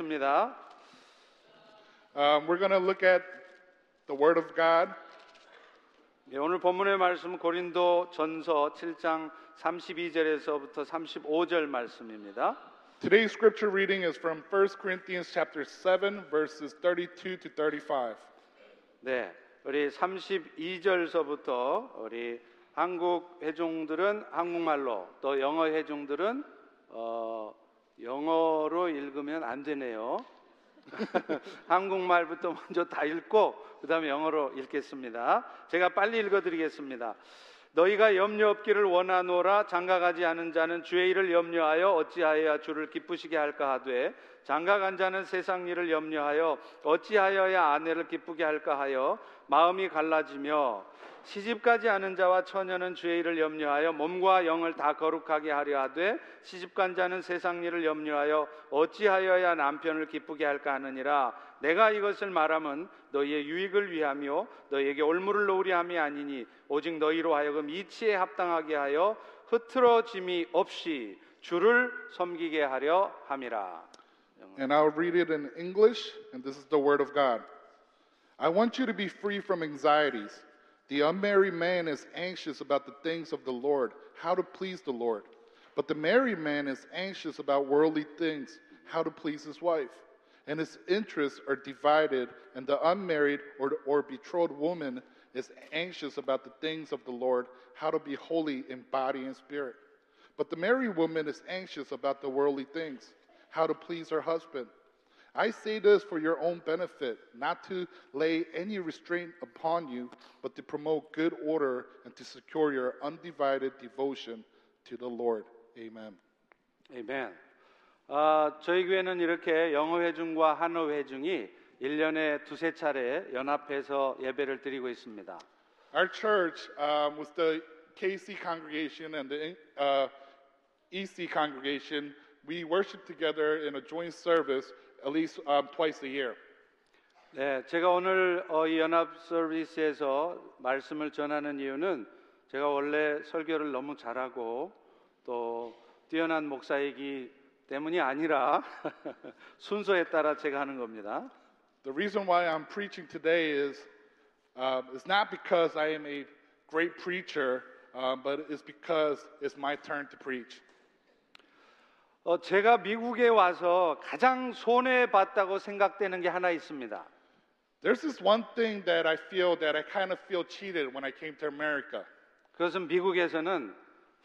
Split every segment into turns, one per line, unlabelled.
읽겠습니다.
Um, we're going to look at the Word of God.
예, 오늘 본문의 말씀 고린도 전서 7장 32절에서부터 35절 말씀입니다.
Today's scripture reading is from 1 Corinthians chapter 7 verses 32 to 35.
네, 우리 32절서부터 우리 한국 회중들은 한국말로 또 영어 회중들은 어, 영어로 읽으면 안 되네요. 한국말부터 먼저 다 읽고 그다음에 영어로 읽겠습니다. 제가 빨리 읽어드리겠습니다. 너희가 염려 없기를 원하노라 장가가지 않은 자는 주의 일을 염려하여 어찌하여야 주를 기쁘시게 할까 하되 장가간 자는 세상 일을 염려하여 어찌하여야 아내를 기쁘게 할까 하여 마음이 갈라지며 시집가지 않은 자와 처녀는 주의 일을 염려하여 몸과 영을 다 거룩하게 하려 하되 시집간 자는 세상 일을 염려하여 어찌하여야 남편을 기쁘게 할까 하느니라 내가 이것을 말함은 너희의 유익을 위하며 너희에게 올무를 놓으려 함이 아니니 오직 너희로 하여금 이치에 합당하게 하여 흐트러짐이 없이 주를 섬기게 하려 함이라.
And I'll read it in English, and this is the Word of God. I want you to be free from anxieties. The unmarried man is anxious about the things of the Lord, how to please the Lord. But the married man is anxious about worldly things, how to please his wife. And his interests are divided, and the unmarried or, or betrothed woman is anxious about the things of the Lord, how to be holy in body and spirit. But the married woman is anxious about the worldly things, how to please her husband. I say this for your own benefit, not to lay any restraint upon you, but to promote good order and to secure your undivided devotion to the Lord. Amen.
아멘. 아, 저희 교회는 이렇게 영어 회중과 한어 회중이 1년에 두세 차례 연합해서 예배를 드리고 있습니다.
Our church um, was the KC congregation and the uh, EC congregation. We worship together in a joint service at least um, twice a year.
네, 제가 오늘 어, 이 연합 서비스에서 말씀을 전하는 이유는 제가 원래 설교를 너무 잘하고 또 뛰어난 목사이기 때문이 아니라 순서에 따라 제가 하는 겁니다.
The reason why I'm preaching today is um, it's not because I am a great preacher, um, but it's because it's my turn to preach.
어, 제가 미국에 와서 가장 손해봤다고 생각되는 게 하나 있습니다.
There's this one thing that I feel that I kind of feel cheated when I came to America.
그것은 미국에서는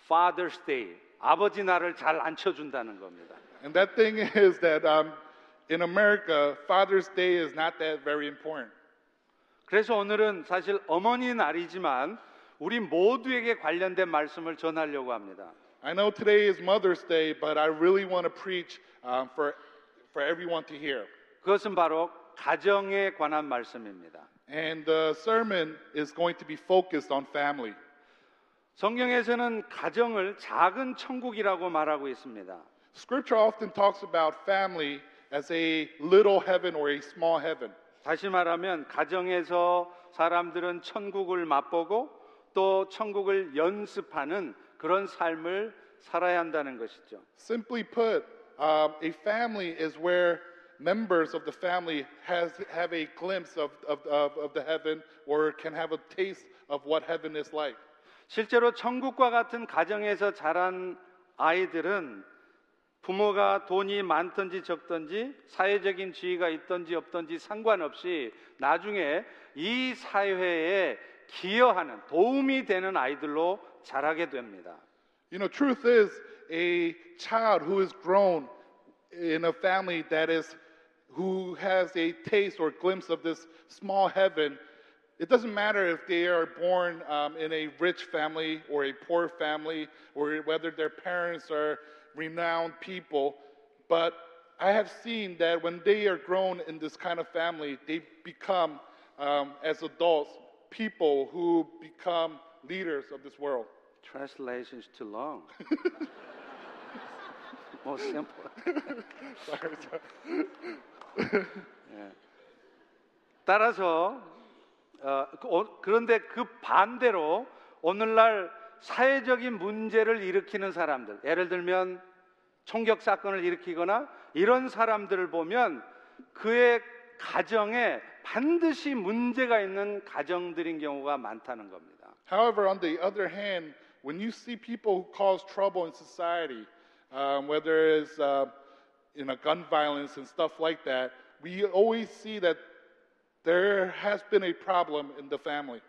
Father's Day, 아버지 날을 잘 안 쳐준다는 겁니다.
And that thing is that um, in America, Father's Day is not that very important.
그래서 오늘은 사실 어머니 날이지만 우리 모두에게 관련된 말씀을 전하려고 합니다.
I know today is Mother's Day, but I really want to preach um, for, for everyone to hear.
그것은 바로 가정에 관한 말씀입니다.
And the sermon is going to be focused on family.
성경에서는 가정을 작은 천국이라고 말하고 있습니다.
Scripture often talks about family as a little heaven or a small heaven.
다시 말하면 가정에서 사람들은 천국을 맛보고 또 천국을 연습하는 그런 삶을 살아야 한다는 것이죠.
Simply put, um, a family is where members of the family has, have a glimpse of, of, of, of the heaven or can have a taste of what heaven is like.
실제로 천국과 같은 가정에서 자란 아이들은 부모가 돈이 많든지 적든지 사회적인 지위가 있든지 없든지 상관없이 나중에 이 사회에 기여하는 도움이 되는 아이들로 자라게 됩니다.
You know, truth is, a child who is grown in a family that is, who has a taste or glimpse of this small heaven, it doesn't matter if they are born um, in a rich family or a poor family or whether their parents are renowned people, but I have seen that when they are grown in this kind of family, they become, um, as adults, people who become leaders of this world.
Translation is too long. More simple.
Sorry, sorry.
따라서 어, 그- 어, 그런데 그 반대로 오늘날 사회적인 문제를 일으키는 사람들, 예를 들면 총격 사건을 일으키거나 이런 사람들을 보면 그의 가정에 반드시 문제가 있는 가정들인 경우가 많다는 겁니다.
However, on the other hand, when you see people who cause trouble in society, um, whether it's uh, you know gun violence and stuff like that, we always see that there has been a problem in the family.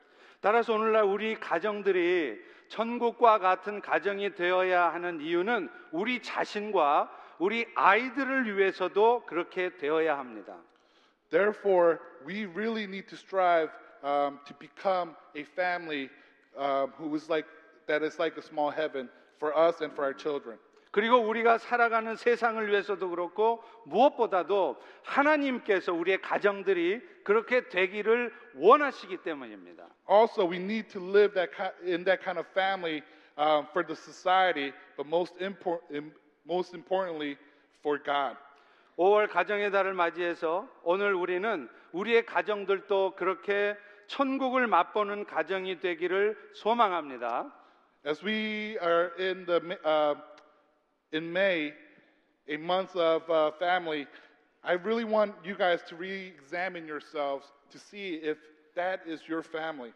따라서 오늘날 우리 가정들이 천국과 같은 가정이 되어야 하는 이유는 우리 자신과 우리 아이들을 위해서도 그렇게 되어야 합니다.
Therefore, we really need to strive um, to become a family um, who is like that is like a small heaven for us and for our children.
그리고 우리가 살아가는 세상을 위해서도 그렇고 무엇보다도 하나님께서 우리의 가정들이 그렇게 되기를 원하시기 때문입니다.
Also, we need to live that ki- in that kind of family um, for the society, but most impor- im- most importantly for God.
5월 가정의 달을 맞이해서 오늘 우리는 우리의 가정들도 그렇게 천국을 맛보는 가정이 되기를 소망합니다.
As we are in the Ma- uh, in May, a month of uh, family, I really want you guys to re-examine yourselves to see if that is your family.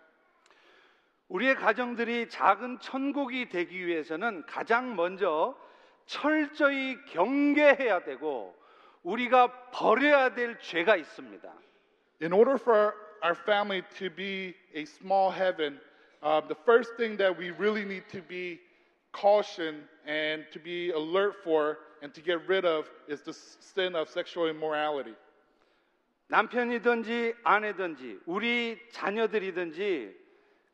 우리의 가정들이 작은 천국이 되기 위해서는 가장 먼저 철저히 경계해야 되고 우리가 버려야 될 죄가 있습니다.
In order for our family to be a small heaven, uh, the first thing that we really need to be cautioned and to be alert for and to get rid of is the s- sin of sexual immorality.
남편이든지 아내든지 우리 자녀들이든지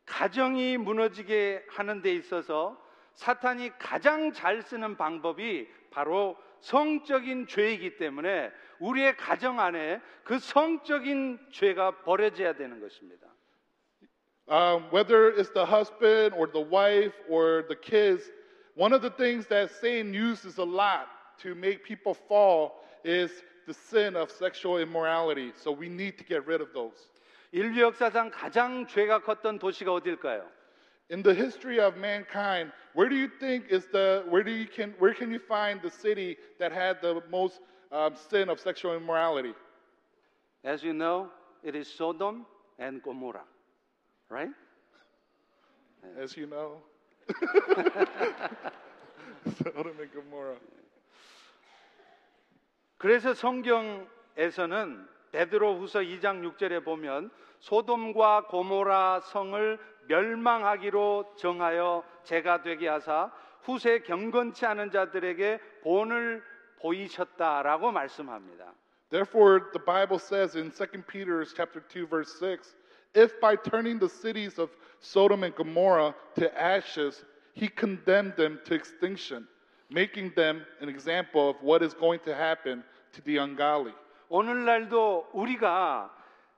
가정이 무너지게 하는 데 있어서 사탄이 가장 잘 쓰는 방법이 바로 성적인 죄이기 때문에 우리의 가정 안에 그 성적인 죄가 버려져야 되는 것입니다.
Um, whether it's the husband or the wife or the kids, one of the things that Satan uses a lot to make people fall is the sin of sexual immorality. So we need to get rid of those.
인류 역사상 가장 죄가 컸던 도시가 어딜까요?
In the history of mankind, where do you think is the where do you can where can you find the city that had the most um, sin of sexual immorality?
As you know, it is Sodom and Gomorrah. Right?
As you know, Sodom and Gomorrah.
그래서 성경에서는 베드로후서 2장 6절에 보면 소돔과 고모라 성을 멸망하기로 정하여 제가 되게 하사 후세 경건치 않은 자들에게 본을 보이셨다라고 말씀합니다.
Therefore, the Bible says in 2 Peter chapter 2, verse 6, if by turning the cities of Sodom and Gomorrah to ashes, he condemned them to extinction, making them an example of what is going to happen to the ungodly.
오늘날도 우리가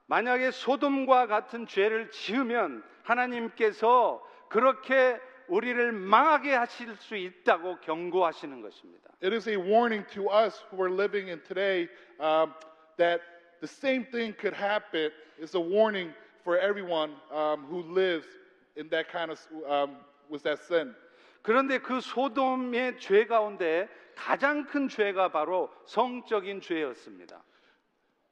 만약에 소돔과 같은 죄를 지으면 하나님께서 그렇게 우리를 망하게 하실 수 있다고 경고하시는 것입니다.
It is a warning to us who are living in today um, that the same thing could happen. It's a warning for everyone um, who lives in that kind of um, with that sin.
그런데 그 소돔의 죄 가운데 가장 큰 죄가 바로 성적인 죄였습니다.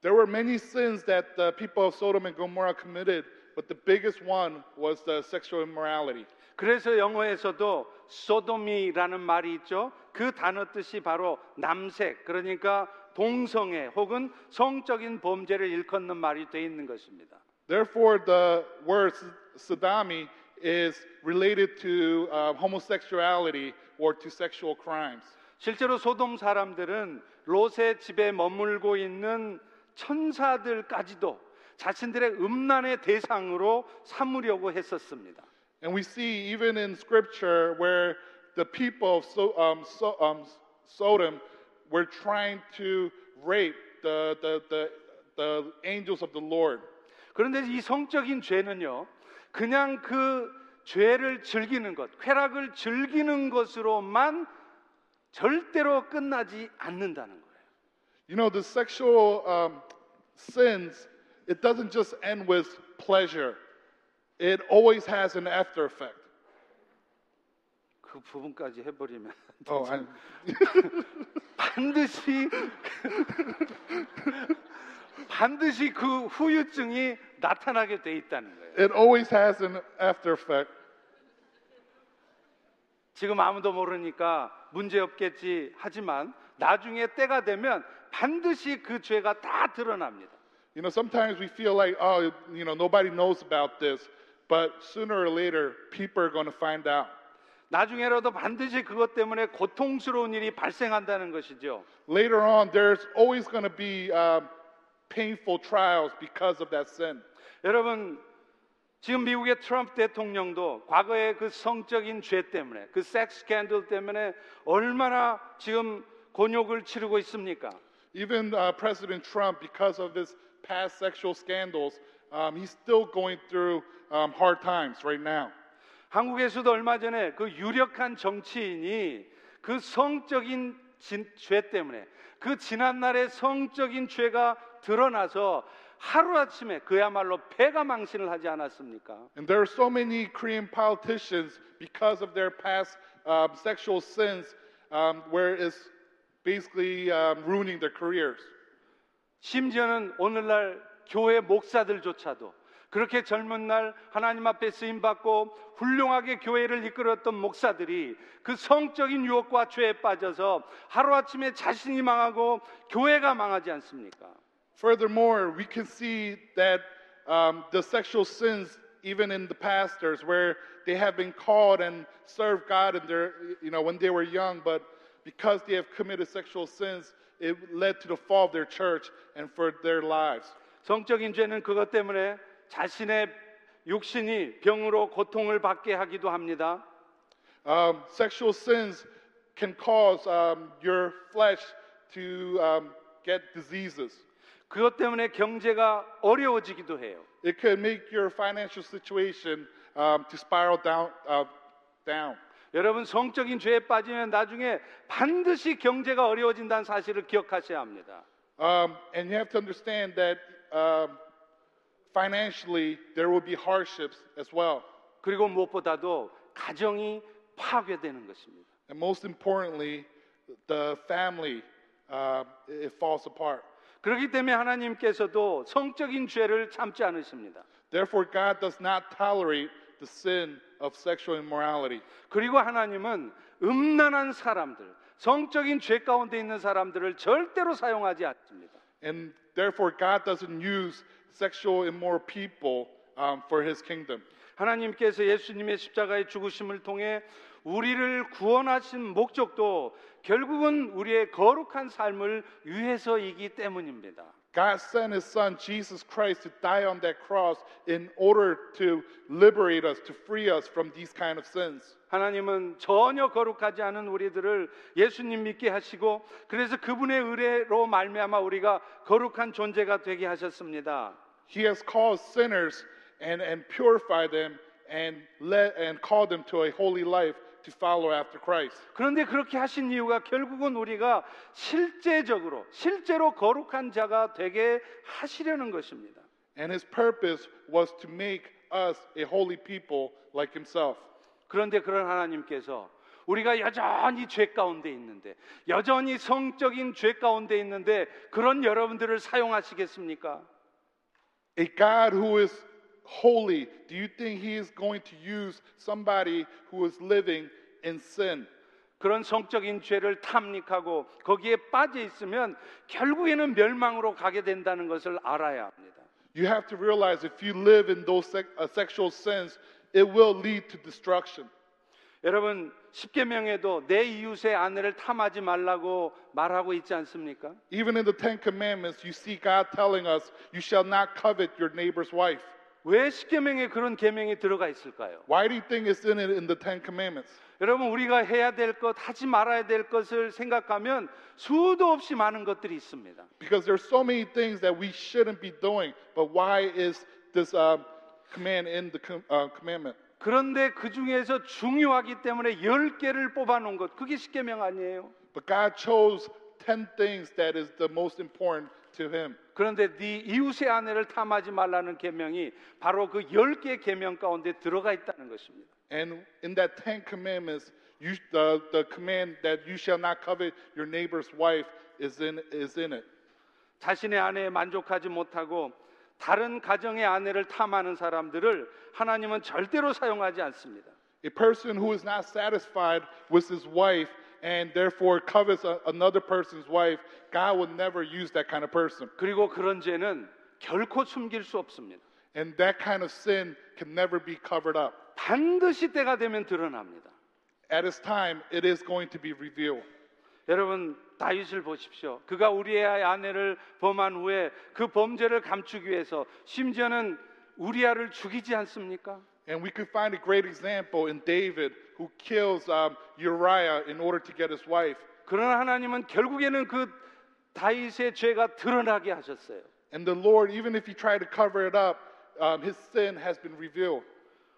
There were many sins that the people of Sodom and Gomorrah committed, but the biggest one was the sexual immorality.
그래서 영어에서도 소돔이라는 말이 있죠. 그 단어 뜻이 바로 남색, 그러니까 동성애 혹은 성적인 범죄를 일컫는 말이 돼 있는 것입니다.
Therefore, the word s- sodomy is related to uh, homosexuality or to sexual crimes.
실제로 소돔 사람들은 롯의 집에 머물고 있는 천사들까지도 자신들의 음란의 대상으로 삼으려고 했었습니다.
And we see even in scripture where the people of so, um, so, um, Sodom were trying to rape the, the, the, the angels of the Lord.
그런데 이 성적인 죄는요, 그냥 그 죄를 즐기는 것, 쾌락을 즐기는 것으로만 절대로 끝나지 않는다는 거예요.
You know, the sexual um, sins, it doesn't just end with pleasure, it always has an after effect.
그 부분까지 해버리면
Oh, I'm,
반드시 반드시 그 후유증이 나타나게 돼 있다는 거예요.
it always has an after effect.
지금 아무도 모르니까 문제 없겠지 하지만 나중에 때가 되면 반드시 그 죄가 다 드러납니다.
You know, sometimes we feel like, oh, you know, nobody knows about this, but sooner or later, people are going to find out.
나중에라도 반드시 그것 때문에 고통스러운 일이 발생한다는 것이죠.
Later on, there's always going to be um, painful trials because of that sin.
여러분 지금 미국의 트럼프 대통령도 과거의 그 성적인 죄 때문에 그 섹스 스캔들 때문에 얼마나 지금 곤욕을 치르고 있습니까?
Even uh, President Trump, because of his past sexual scandals, um, he's still going through um, hard times right now.
한국에서도 얼마 전에 그 유력한 정치인이 그 성적인 진- 죄 때문에 그 지난날의 성적인 죄가 드러나서 하루아침에 그야말로 배가 망신을 하지 않았습니까?
And there are so many Korean politicians because of their past um, sexual sins, um, where it's basically um, ruining their careers.
심지어는 오늘날 교회 목사들조차도 그렇게 젊은 날 하나님 앞에 쓰임 받고 훌륭하게 교회를 이끌었던 목사들이 그 성적인 유혹과 죄에 빠져서 하루아침에 자신이 망하고 교회가 망하지 않습니까?
Furthermore, we can see that um, the sexual sins, even in the pastors, where they have been called and served God, and their, you know, when they were young, but because they have committed sexual sins, it led to the fall of their church and for their lives.
성적인 죄는 그것 때문에 자신의 육신이 병으로 고통을 받게 하기도 합니다.
Um, sexual sins can cause um, your flesh to um, get diseases.
그것 때문에 경제가 어려워지기도 해요.
It could make your financial situation um, to spiral down, uh, down.
여러분 성적인 죄에 빠지면 나중에 반드시 경제가 어려워진다는 사실을 기억하셔야 합니다.
Um, and you have to understand that um, financially there will be hardships as well.
그리고 무엇보다도 가정이 파괴되는 것입니다.
And most importantly, the family um, it falls apart.
그렇기 때문에 하나님께서도 성적인 죄를 참지 않으십니다.
Therefore, God does not tolerate the sin of sexual immorality.
그리고 하나님은 음란한 사람들, 성적인 죄 가운데 있는 사람들을 절대로 사용하지 않습니다.
And therefore, God doesn't use sexual immoral people um, for his kingdom.
하나님께서 예수님의 십자가의 죽으심을 통해 우리를 구원하신 목적도 결국은 우리의 거룩한 삶을 위해서이기 때문입니다.
God sent his son, Jesus Christ, to die on that cross in order to liberate us, to free us from these kind of sins.
하나님은 전혀 거룩하지 않은 우리들을 예수님 믿게 하시고 그래서 그분의 의뢰로 말미암아 우리가 거룩한 존재가 되게 하셨습니다.
He has called sinners and, and purified them and, led, and called them to a holy life to follow after Christ.
그런데 그렇게 하신 이유가 결국은 우리가 실제적으로 실제로 거룩한 자가 되게 하시려는 것입니다.
And his purpose was to make us a holy people like himself.
그런데 그런 하나님께서 우리가 여전히 죄 가운데 있는데 여전히 성적인 죄 가운데 있는데 그런 여러분들을 사용하시겠습니까?
A God who is holy, do you think he is going to use somebody who is living in sin?
그런 성적인 죄를 탐닉하고 거기에 빠져 있으면 결국에는 멸망으로 가게 된다는 것을 알아야 합니다.
You have to realize if you live in those sex, uh, sexual sins, it will lead to destruction.
여러분 십계명에도 내 이웃의 아내를 탐하지 말라고 말하고 있지 않습니까?
Even in the Ten Commandments, you see God telling us, You shall not covet your neighbor's wife.
왜 십계명에 그런 계명이 들어가 있을까요?
Why do you think it's in it in the Ten Commandments?
여러분 우리가 해야 될 것, 하지 말아야 될 것을 생각하면 수도 없이 많은 것들이 있습니다.
Because there's so many things that we shouldn't be doing, but why is this um, command in the com- uh, commandment?
그런데 그 중에서 중요하기 때문에 열 개를 뽑아 놓은 것, 그게 십계명 아니에요?
But God chose 10 things that is the most important to him.
그런데 네 이웃의 아내를 탐하지 말라는 계명이 바로 그 열 개 계명 가운데 들어가 있다는 것입니다.
And in that 10 commandments, You, the, the command that you shall not covet your neighbor's wife is in, is in it.
자신의 아내에 만족하지 못하고 다른 가정의 아내를 탐하는 사람들을 하나님은 절대로 사용하지 않습니다.
A person who is not satisfied with his wife and therefore covets a, another person's wife, God will never use that kind of person.
그리고 그런 죄는 결코 숨길 수 없습니다.
And that kind of sin can never be covered up.
반드시 때가 되면 드러납니다.
At its time, it is going to be revealed.
여러분 다윗을 보십시오. 그가 우리의 아내를 범한 후에 그 범죄를 감추기 위해서 심지어는 우리아를 죽이지 않습니까?
And we could find a great example in David, who kills um, Uriah in order to get his wife.
그러나 하나님은 결국에는 그 다윗의 죄가 드러나게 하셨어요.
And the Lord, even if he tried to cover it up, um, his sin has been revealed.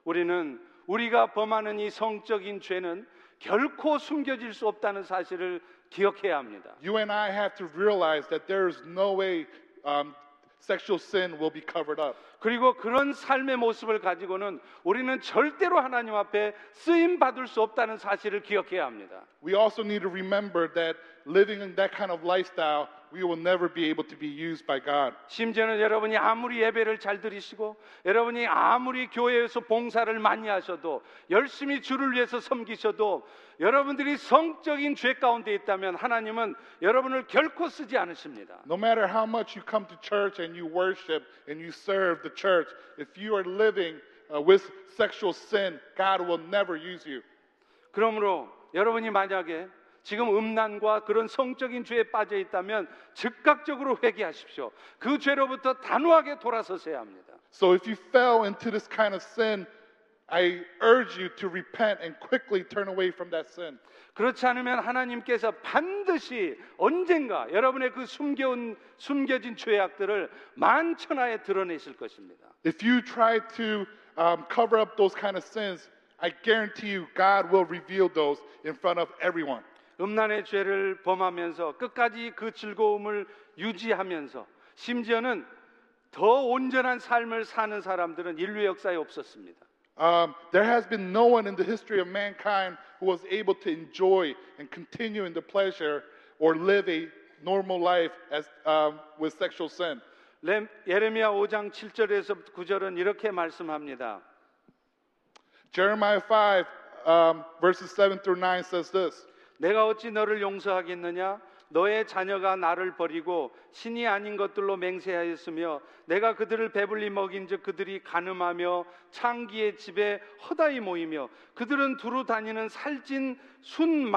우리는 우리가 범하는 이 성적인 죄는 결코 숨겨질 수 없다는 사실을 기억해야 합니다.
You and I have to realize that there is no way um, sexual sin will be covered up.
그리고 그런 삶의 모습을 가지고는 우리는 절대로 하나님 앞에 쓰임 받을 수 없다는 사실을 기억해야 합니다.
We also need to remember that living in that kind of lifestyle, we will never be able to be used by God.
심지어는 여러분이 아무리 예배를 잘 드리시고 여러분이 아무리 교회에서 봉사를 많이 하셔도 열심히 주를 위해서 섬기셔도 여러분들이 성적인 죄 가운데 있다면 하나님은 여러분을 결코 쓰지 않으십니다.
No matter how much you come to church and you worship and you serve the church, if you are living uh, with sexual sin, God will never use you.
그러므로 여러분이 만약에 지금 음란과 그런 성적인 죄에 빠져 있다면 즉각적으로 회개하십시오. 그 죄로부터 단호하게 돌아서셔야 합니다.
So if you fell into this kind of sin, I urge you to repent and quickly turn away from that sin.
그렇지 않으면 하나님께서 반드시 언젠가 여러분의 그 숨겨온 숨겨진 죄악들을 만천하에 드러내실 것입니다.
If you try to um, cover up those kind of sins, I guarantee you God will reveal those in front of everyone.
음란의 죄를 범하면서 끝까지 그 즐거움을 유지하면서 심지어는 더 온전한 삶을 사는 사람들은 인류 역사에 없었습니다.
Um, there has been no one in the history of mankind who was able to enjoy and continue in the pleasure or live a normal life as, um, with sexual sin.
렘- 예레미야 5장 7절에서 9절은 이렇게 말씀합니다.
Jeremiah 5, um, verses 7 through 9 says this.
내가 어찌 너를 용서하겠느냐? 너의 자녀가 나를 버리고 신이 아닌 것들로 맹세하였으며 내가 그들을 배불리 먹인즉 그들이 가늠하며 창기의 집에 허다히 모이며 그들은 두루 다니는 살찐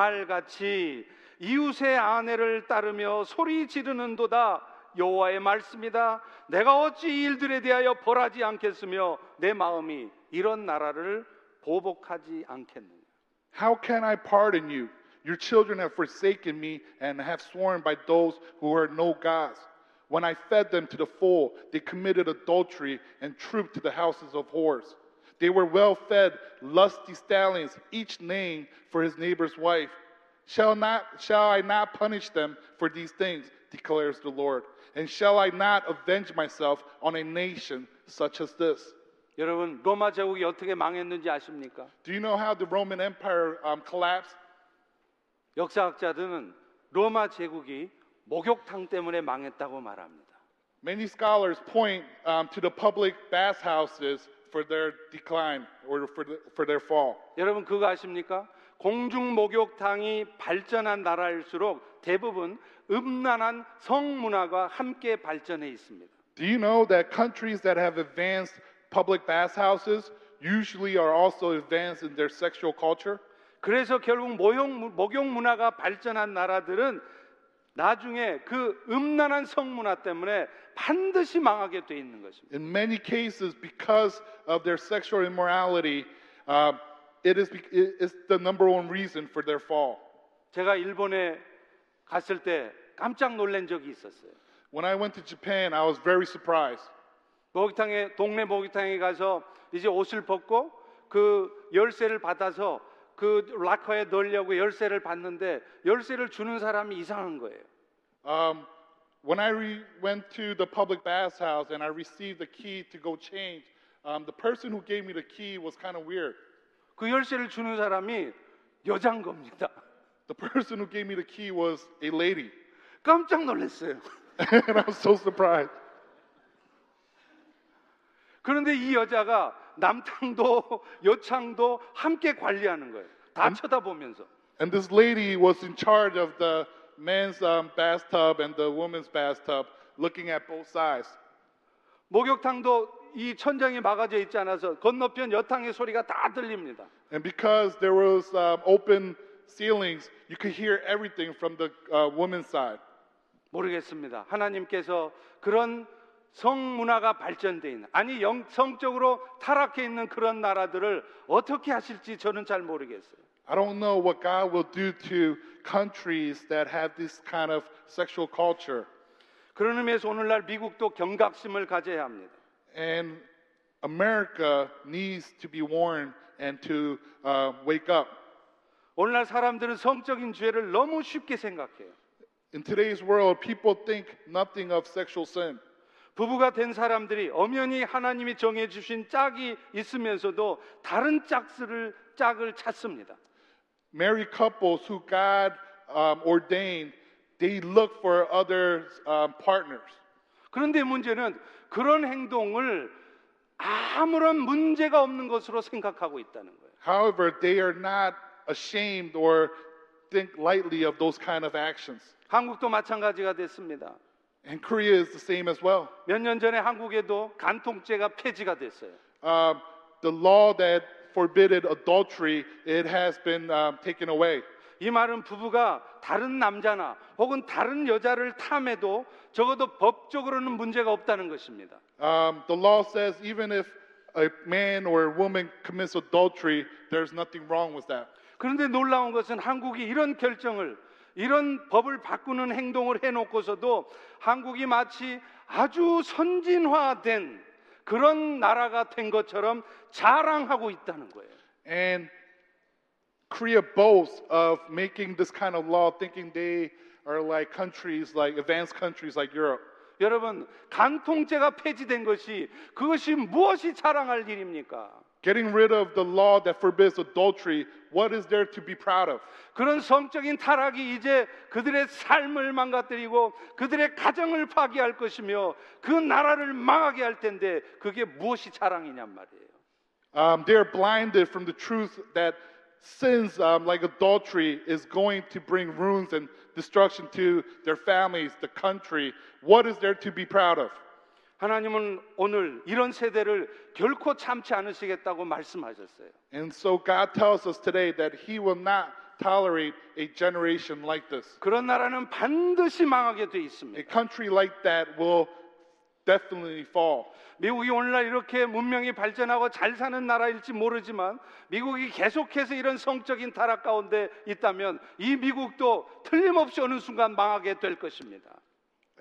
순말같이 이웃의 아내를 따르며 소리 지르는도다 여호와의 말씀이다 내가 어찌 이 일들에 대하여 벌하지 않겠으며 내 마음이 이런 나라를 보복하지 않겠느냐
How can I pardon you? Your children have forsaken me and have sworn by those who are no gods. When I fed them to the full, they committed adultery and trooped to the houses of whores. They were well fed, lusty stallions, each named for his neighbor's wife. Shall, not, shall I not punish them for these things, declares the Lord? And shall I not avenge myself on a nation such as this?
여러분 로마 제국이 어떻게 망했는지 아십니까?
Do you know how the Roman Empire um, collapsed?
역사학자들은 로마 제국이 목욕탕 때문에 망했다고 말합니다.
Many scholars point um, to the public bathhouses for their decline or for, the, for their fall.
여러분 그거 아십니까? 공중 목욕탕이 발전한 나라일수록 대부분 음란한 성문화가 함께 발전해 있습니다.
Do you know that countries that have advanced public bathhouses usually are also advanced in their sexual culture?
그래서 결국 모욕, 목욕 문화가 발전한 나라들은 나중에 그 음란한 성문화 때문에 반드시 망하게 돼 있는 것입니다.
In many cases, because of their sexual immorality, um, it is be- it- it's the number one reason for their fall.
제가 일본에 갔을 때 깜짝 놀란 적이 있었어요.
When I went to Japan, I was very surprised.
목욕탕에 동네 목욕탕에 가서 이제 옷을 벗고 그 열쇠를 받아서 그 락커에 넣으려고 열쇠를 받는데 열쇠를 주는 사람이 이상한 거예요.
Um, when I re- went to the public bathhouse and I received the key to go change, um, the person who gave me the key was kind of weird.
그 열쇠를 주는 사람이 여잔 겁니다.
The person who gave me the key was a lady.
깜짝 놀랐어요.
and I was so surprised.
그런데 이 여자가 남탕도 여창도 함께 관리하는 거예요. 다 쳐다보면서.
And this lady was in charge of the men's um, bathtub and the woman's bathtub, looking at both sides.
목욕탕도 이 천장이 막아져 있지 않아서 건너편 여탕의 소리가 다 들립니다.
And because there was um, open ceilings, you could hear everything from the uh, woman's side.
모르겠습니다. 하나님께서 그런 성 문화가 발전돼 있는 아니 영성적으로 타락해 있는 그런 나라들을 어떻게 하실지 저는 잘 모르겠어요.
I don't know what God will do to countries that have this kind of sexual culture.
그런 의미에서 오늘날 미국도 경각심을 가져야 합니다.
And America needs to be warned and to uh, wake up.
오늘날 사람들은 성적인 죄를 너무 쉽게 생각해요.
In today's world, people think nothing of sexual sin.
부부가 된 사람들이 엄연히 하나님이 정해 주신 짝이 있으면서도 다른 짝스를 짝을 찾습니다.
Married couples who God um, ordained, they look for other um, partners.
그런데 문제는 그런 행동을 아무런 문제가 없는 것으로 생각하고 있다는 거예요.
However, they are not ashamed or think lightly of those kind of actions.
한국도 마찬가지가 됐습니다.
And Korea is the same as well.
몇 년 전에 한국에도 간통죄가 폐지가 됐어요.
Um, the law that forbidden adultery, it has been um, taken away.
이 말은 부부가 다른 남자나 혹은 다른 여자를 탐해도 적어도 법적으로는 문제가 없다는 것입니다.
Um, the law says even if a man or a woman commits adultery, there's nothing wrong with that.
그런데 놀라운 것은 한국이 이런 결정을 이런 법을 바꾸는 행동을 해놓고서도 한국이 마치 아주 선진화된 그런 나라가 된 것처럼 자랑하고 있다는 거예요.
And Korea boasts of making this kind of law, thinking they are like countries, like advanced countries like Europe.
여러분, 간통죄가 폐지된 것이 그것이 무엇이 자랑할 일입니까?
Getting rid of the law that forbids adultery, what is there to be proud of?
그런 성적인 타락이 이제 그들의 삶을 망가뜨리고 그들의 가정을 파괴할 것이며 그 나라를 망하게 할 텐데 그게 무엇이 자랑이냔 말이에요.
Um, they're blinded from the truth that sins um, like adultery is going to bring ruins and destruction to their families, the country. What is there to be proud of?
하나님은 오늘 이런 세대를 결코 참지 않으시겠다고 말씀하셨어요.
And so God tells us today that He will not tolerate a generation like this.
그런 나라는 반드시 망하게 돼
A
있습니다.
country like that will definitely fall.
미국이 오늘날 이렇게 문명이 발전하고 잘 사는 나라일지 모르지만 미국이 계속해서 이런 성적인 타락 가운데 있다면 이 미국도 틀림없이 어느 순간 망하게 될 것입니다.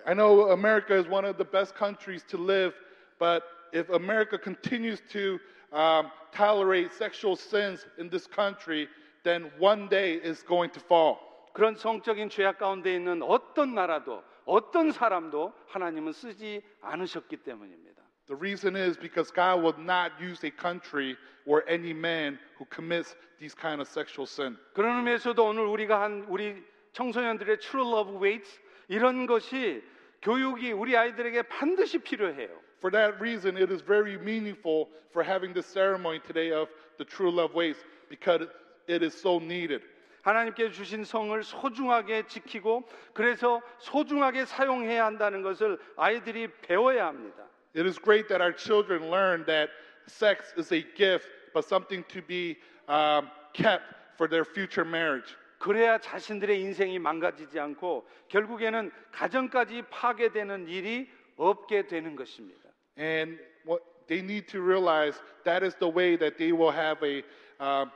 I know America is one of the best countries to live, but if America continues to um, tolerate sexual sins in this country, then one day it's going to fall.
그런 성적인 죄악 가운데 있는 어떤 나라도 어떤 사람도 하나님은 쓰지 않으셨기 때문입니다.
The reason is because God will not use a country or any man who commits these kind of sexual sin.
그런 의미에서도 오늘 우리가 한 우리 청소년들의 True Love Waits 이런 것이 교육이 우리 아이들에게 반드시 필요해요.
For that reason, it is very meaningful for having this ceremony today of the true love ways because it is so needed.
하나님께 주신 성을 소중하게 지키고 그래서 소중하게 사용해야 한다는 것을 아이들이 배워야 합니다.
It is great that our children learn that sex is a gift, but something to be um, kept for their future marriage.
그래야 자신들의 인생이 망가지지 않고 결국에는 가정까지 파괴되는 일이 없게 되는 것입니다.
And what they need to realize that is the way that they will have a um,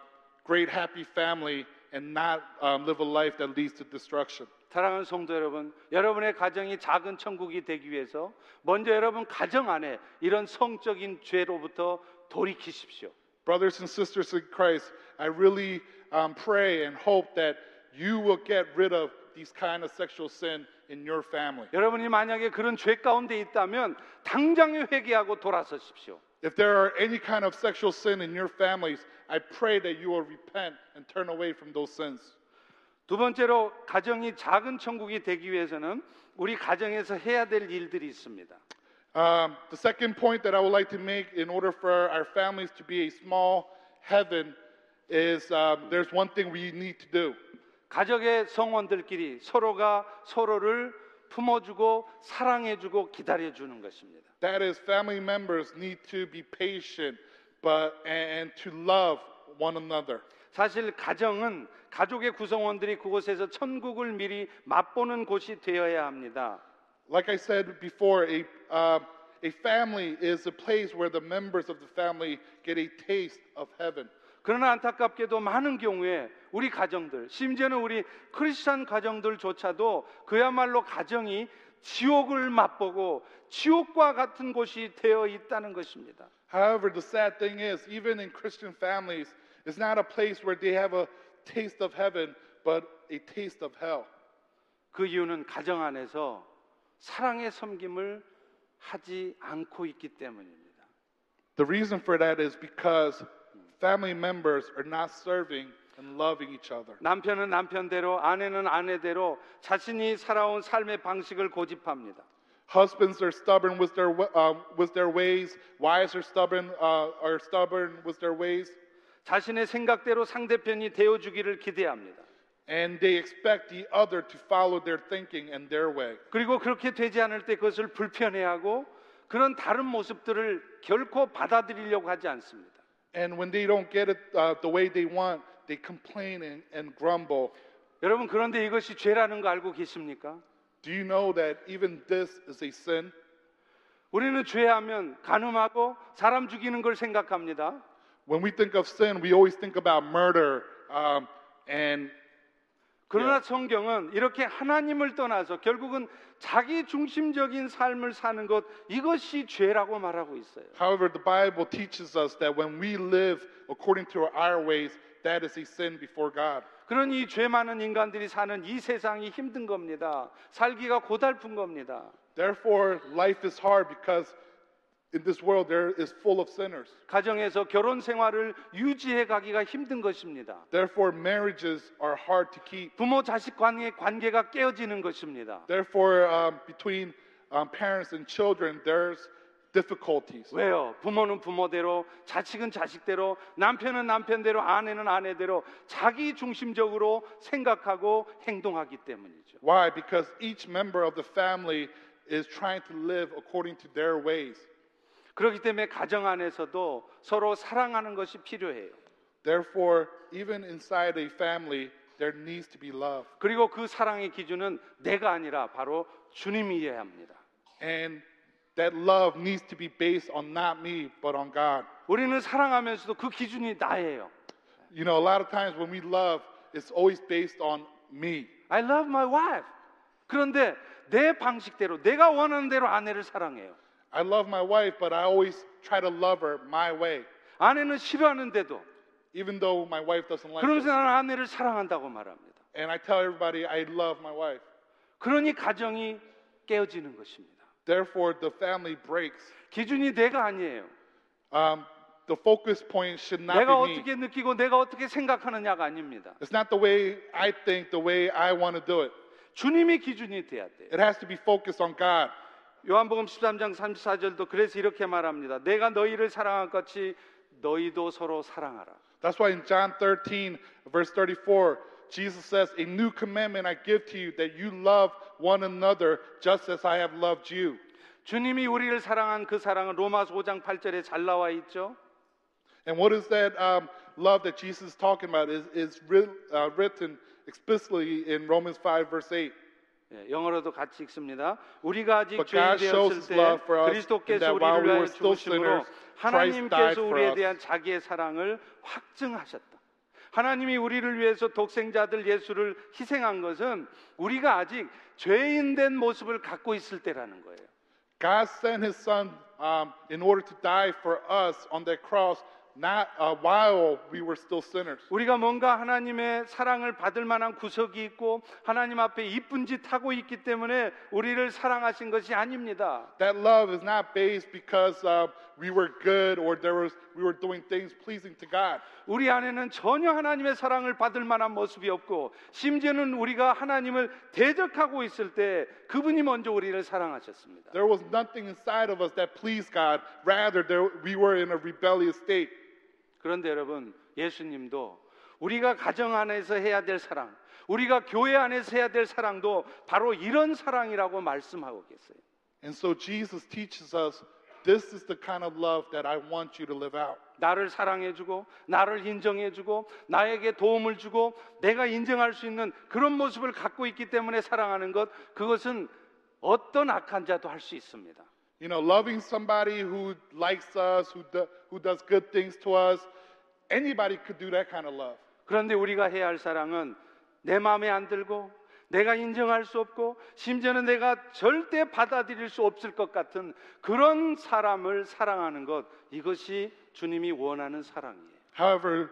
great, happy family and not um, live a life that leads to destruction.
사랑하는 성도 여러분, 여러분의 가정이 작은 천국이 되기 위해서 먼저 여러분 가정 안에 이런 성적인 죄로부터 돌이키십시오.
Brothers and sisters in Christ, I really um, pray and hope that you will get rid of these kind of sexual sin in your family.
여러분이 만약에 그런 죄 가운데 있다면 당장에 회개하고 돌아서십시오.
If there are any kind of sexual sin in your families, I pray that you will repent and turn away from those sins.
두 번째로 가정이 작은 천국이 되기 위해서는 우리 가정에서 해야 될 일들이 있습니다.
Um, the second point that I would like to make in order for our families to be a small heaven is um, there's one thing we need to do.
가족의 성원들끼리 서로가 서로를 품어주고 사랑해주고 기다려주는 것입니다.
That is, family members need to be patient but, and to love one another.
사실 가정은 가족의 구성원들이 그곳에서 천국을 미리 맛보는 곳이 되어야 합니다.
Like I said before, a, uh, a family is a place where the members of the family get a taste of heaven.
그러나 안타깝게도 많은 경우에 우리 가정들, 심지어는 우리 크리스찬 가정들조차도 그야말로 가정이 지옥을 맛보고 지옥과 같은 곳이 되어 있다는 것입니다.
However, the sad thing is, even in Christian families, it's not a place where they have a taste of heaven, but a taste of hell.
그 이유는 가정 안에서 사랑의 섬김을 하지 않고 있기 때문입니다.
The reason for that is because family members are not serving and loving each other.
남편은 남편대로, 아내는 아내대로 자신이 살아온 삶의 방식을 고집합니다.
Husbands are stubborn with their, wa- uh, with their ways, wives are stubborn, uh, are stubborn with their ways,
자신의 생각대로 상대편이 되어주기를 기대합니다.
and they expect the other to follow their thinking and their way.
그리고 그렇게 되지 않을 때 그것을 불편해하고 그런 다른 모습들을 결코 받아들이려고 하지 않습니다.
And when they don't get it uh, the way they want, they complain and, and grumble
여러분 그런데 이것이 죄라는 거 알고 계십니까?
Do you know that even this is a sin?
우리는 죄하면 간음하고 사람 죽이는 걸 생각합니다.
When we think of sin, we always think about murder. Um, and
그러나 성경은 이렇게 하나님을 떠나서 결국은 자기 중심적인 삶을 사는 것 이것이 죄라고 말하고 있어요.
however, the Bible teaches us that when we live according to our ways, that is a sin before God.
그러니 이죄 많은 인간들이 사는 이 세상이 힘든 겁니다. 살기가 고달픈 겁니다.
Therefore, life is hard because in this world there is full of sinners.
가정에서 결혼 생활을 유지해 가기가 힘든 것입니다.
Therefore, marriages are hard to keep.
부모 자식 관계 관계가 깨어지는 것입니다.
Therefore, um, between um, parents and children, there's difficulties.
왜요? 부모는 부모대로, 자식은 자식대로, 남편은 남편대로, 아내는 아내대로 자기 중심적으로 생각하고 행동하기 때문이죠.
Why? Because each member of the family is trying to live according to their ways.
그렇기 때문에 가정 안에서도 서로 사랑하는 것이 필요해요.
Therefore, even inside a family, there needs to be love.
그리고 그 사랑의 기준은 내가 아니라 바로 주님이어야 합니다.
And that love needs to be based on not me, but on God.
우리는 사랑하면서도 그 기준이 나예요.
You know, a lot of times when we love, it's always based on me.
I love my wife. 그런데 내 방식대로 내가 원하는 대로 아내를 사랑해요.
I love my wife, but I always try to love her my way,
아내는 싫어하는데도
even though my wife doesn't like me.
그러면서 나는 아내를 사랑한다고 말합니다.
And I tell everybody I love my wife.
그러니 가정이 깨어지는 것입니다.
Therefore, the family breaks.
기준이 내가 아니에요.
Um, the focus point should not
내가
be me.
어떻게 느끼고 내가 어떻게 생각하느냐가 아닙니다.
It's not the way I think, the way I want to do it.
주님이 기준이 돼야 돼요.
It has to be focused on God.
요한복음 13장 34절도 그래서 이렇게 말합니다. 내가 너희를 사랑한 같이 너희도 서로 사랑하라.
That's why in John 13, verse 34, Jesus says, A new commandment I give to you that you love one another just as I have loved you.
주님이 우리를 사랑한 그 사랑은 로마서 5장 8절에 잘 나와 있죠.
And what is that um, love that Jesus is talking about? Is is writ- uh, written explicitly in Romans 5, verse 8.
예, 영어로도 같이 읽습니다. 우리가 아직
But
죄인
God
되었을
shows His
때
love for us in
그리스도께서
that while
우리를
we
위하여
were still
죽으심으로
sinners, Christ died
하나님께서
for
우리에
us.
대한 자기의 사랑을 확증하셨다. 하나님이 우리를 위해서 독생자들 예수를 희생한 것은 우리가 아직 죄인 된 모습을 갖고 있을 때라는 거예요.
God sent his son um, in order to die for us on that cross not uh, while we were still sinners.
우리가 뭔가 하나님의 사랑을 받을 만한 구석이 있고 하나님 앞에 이쁜 짓 하고 있기 때문에 우리를 사랑하신 것이 아닙니다.
That love is not based because uh, we were good or there was we were doing things pleasing to God.
우리 안에는 전혀 하나님의 사랑을 받을 만한 모습이 없고 심지어는 우리가 하나님을 대적하고 있을 때 그분이 먼저 우리를 사랑하셨습니다.
There was nothing inside of us that pleased God. Rather, there, we were in a rebellious state.
그런데 여러분, 예수님도 우리가 가정 안에서 해야 될 사랑, 우리가 교회 안에서 해야 될 사랑도 바로 이런 사랑이라고 말씀하고 계세요.
And so Jesus teaches us this is the kind of love that I want you to live out.
나를 사랑해주고, 나를 인정해주고, 나에게 도움을 주고, 내가 인정할 수 있는 그런 모습을 갖고 있기 때문에 사랑하는 것, 그것은 어떤 악한 자도 할 수 있습니다.
You know, loving somebody who likes us, who, do, who does good things to us, anybody could do that kind of love.
그런데 우리가 해야 할 사랑은 내 마음에 안 들고 내가 인정할 수 없고 심지어는 내가 절대 받아들일 수 없을 것 같은 그런 사람을 사랑하는 것 이것이 주님이 원하는 사랑이에요.
However,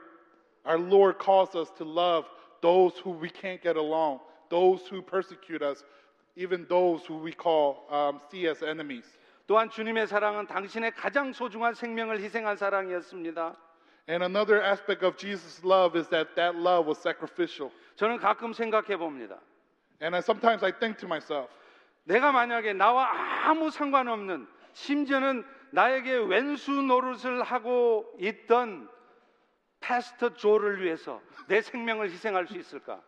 our Lord calls us to love those who we can't get along, those who persecute us, even those who we call um, see as enemies.
또한 주님의 사랑은 당신의 가장 소중한 생명을 희생한 사랑이었습니다.
And another aspect of Jesus' love is that that love was sacrificial.
저는 가끔 생각해 봅니다.
And I, sometimes I think to myself,
내가 만약에 나와 아무 상관없는 심지어는 나에게 왼수 노릇을 하고 있던 패스터 조를 위해서 내 생명을 희생할 수 있을까?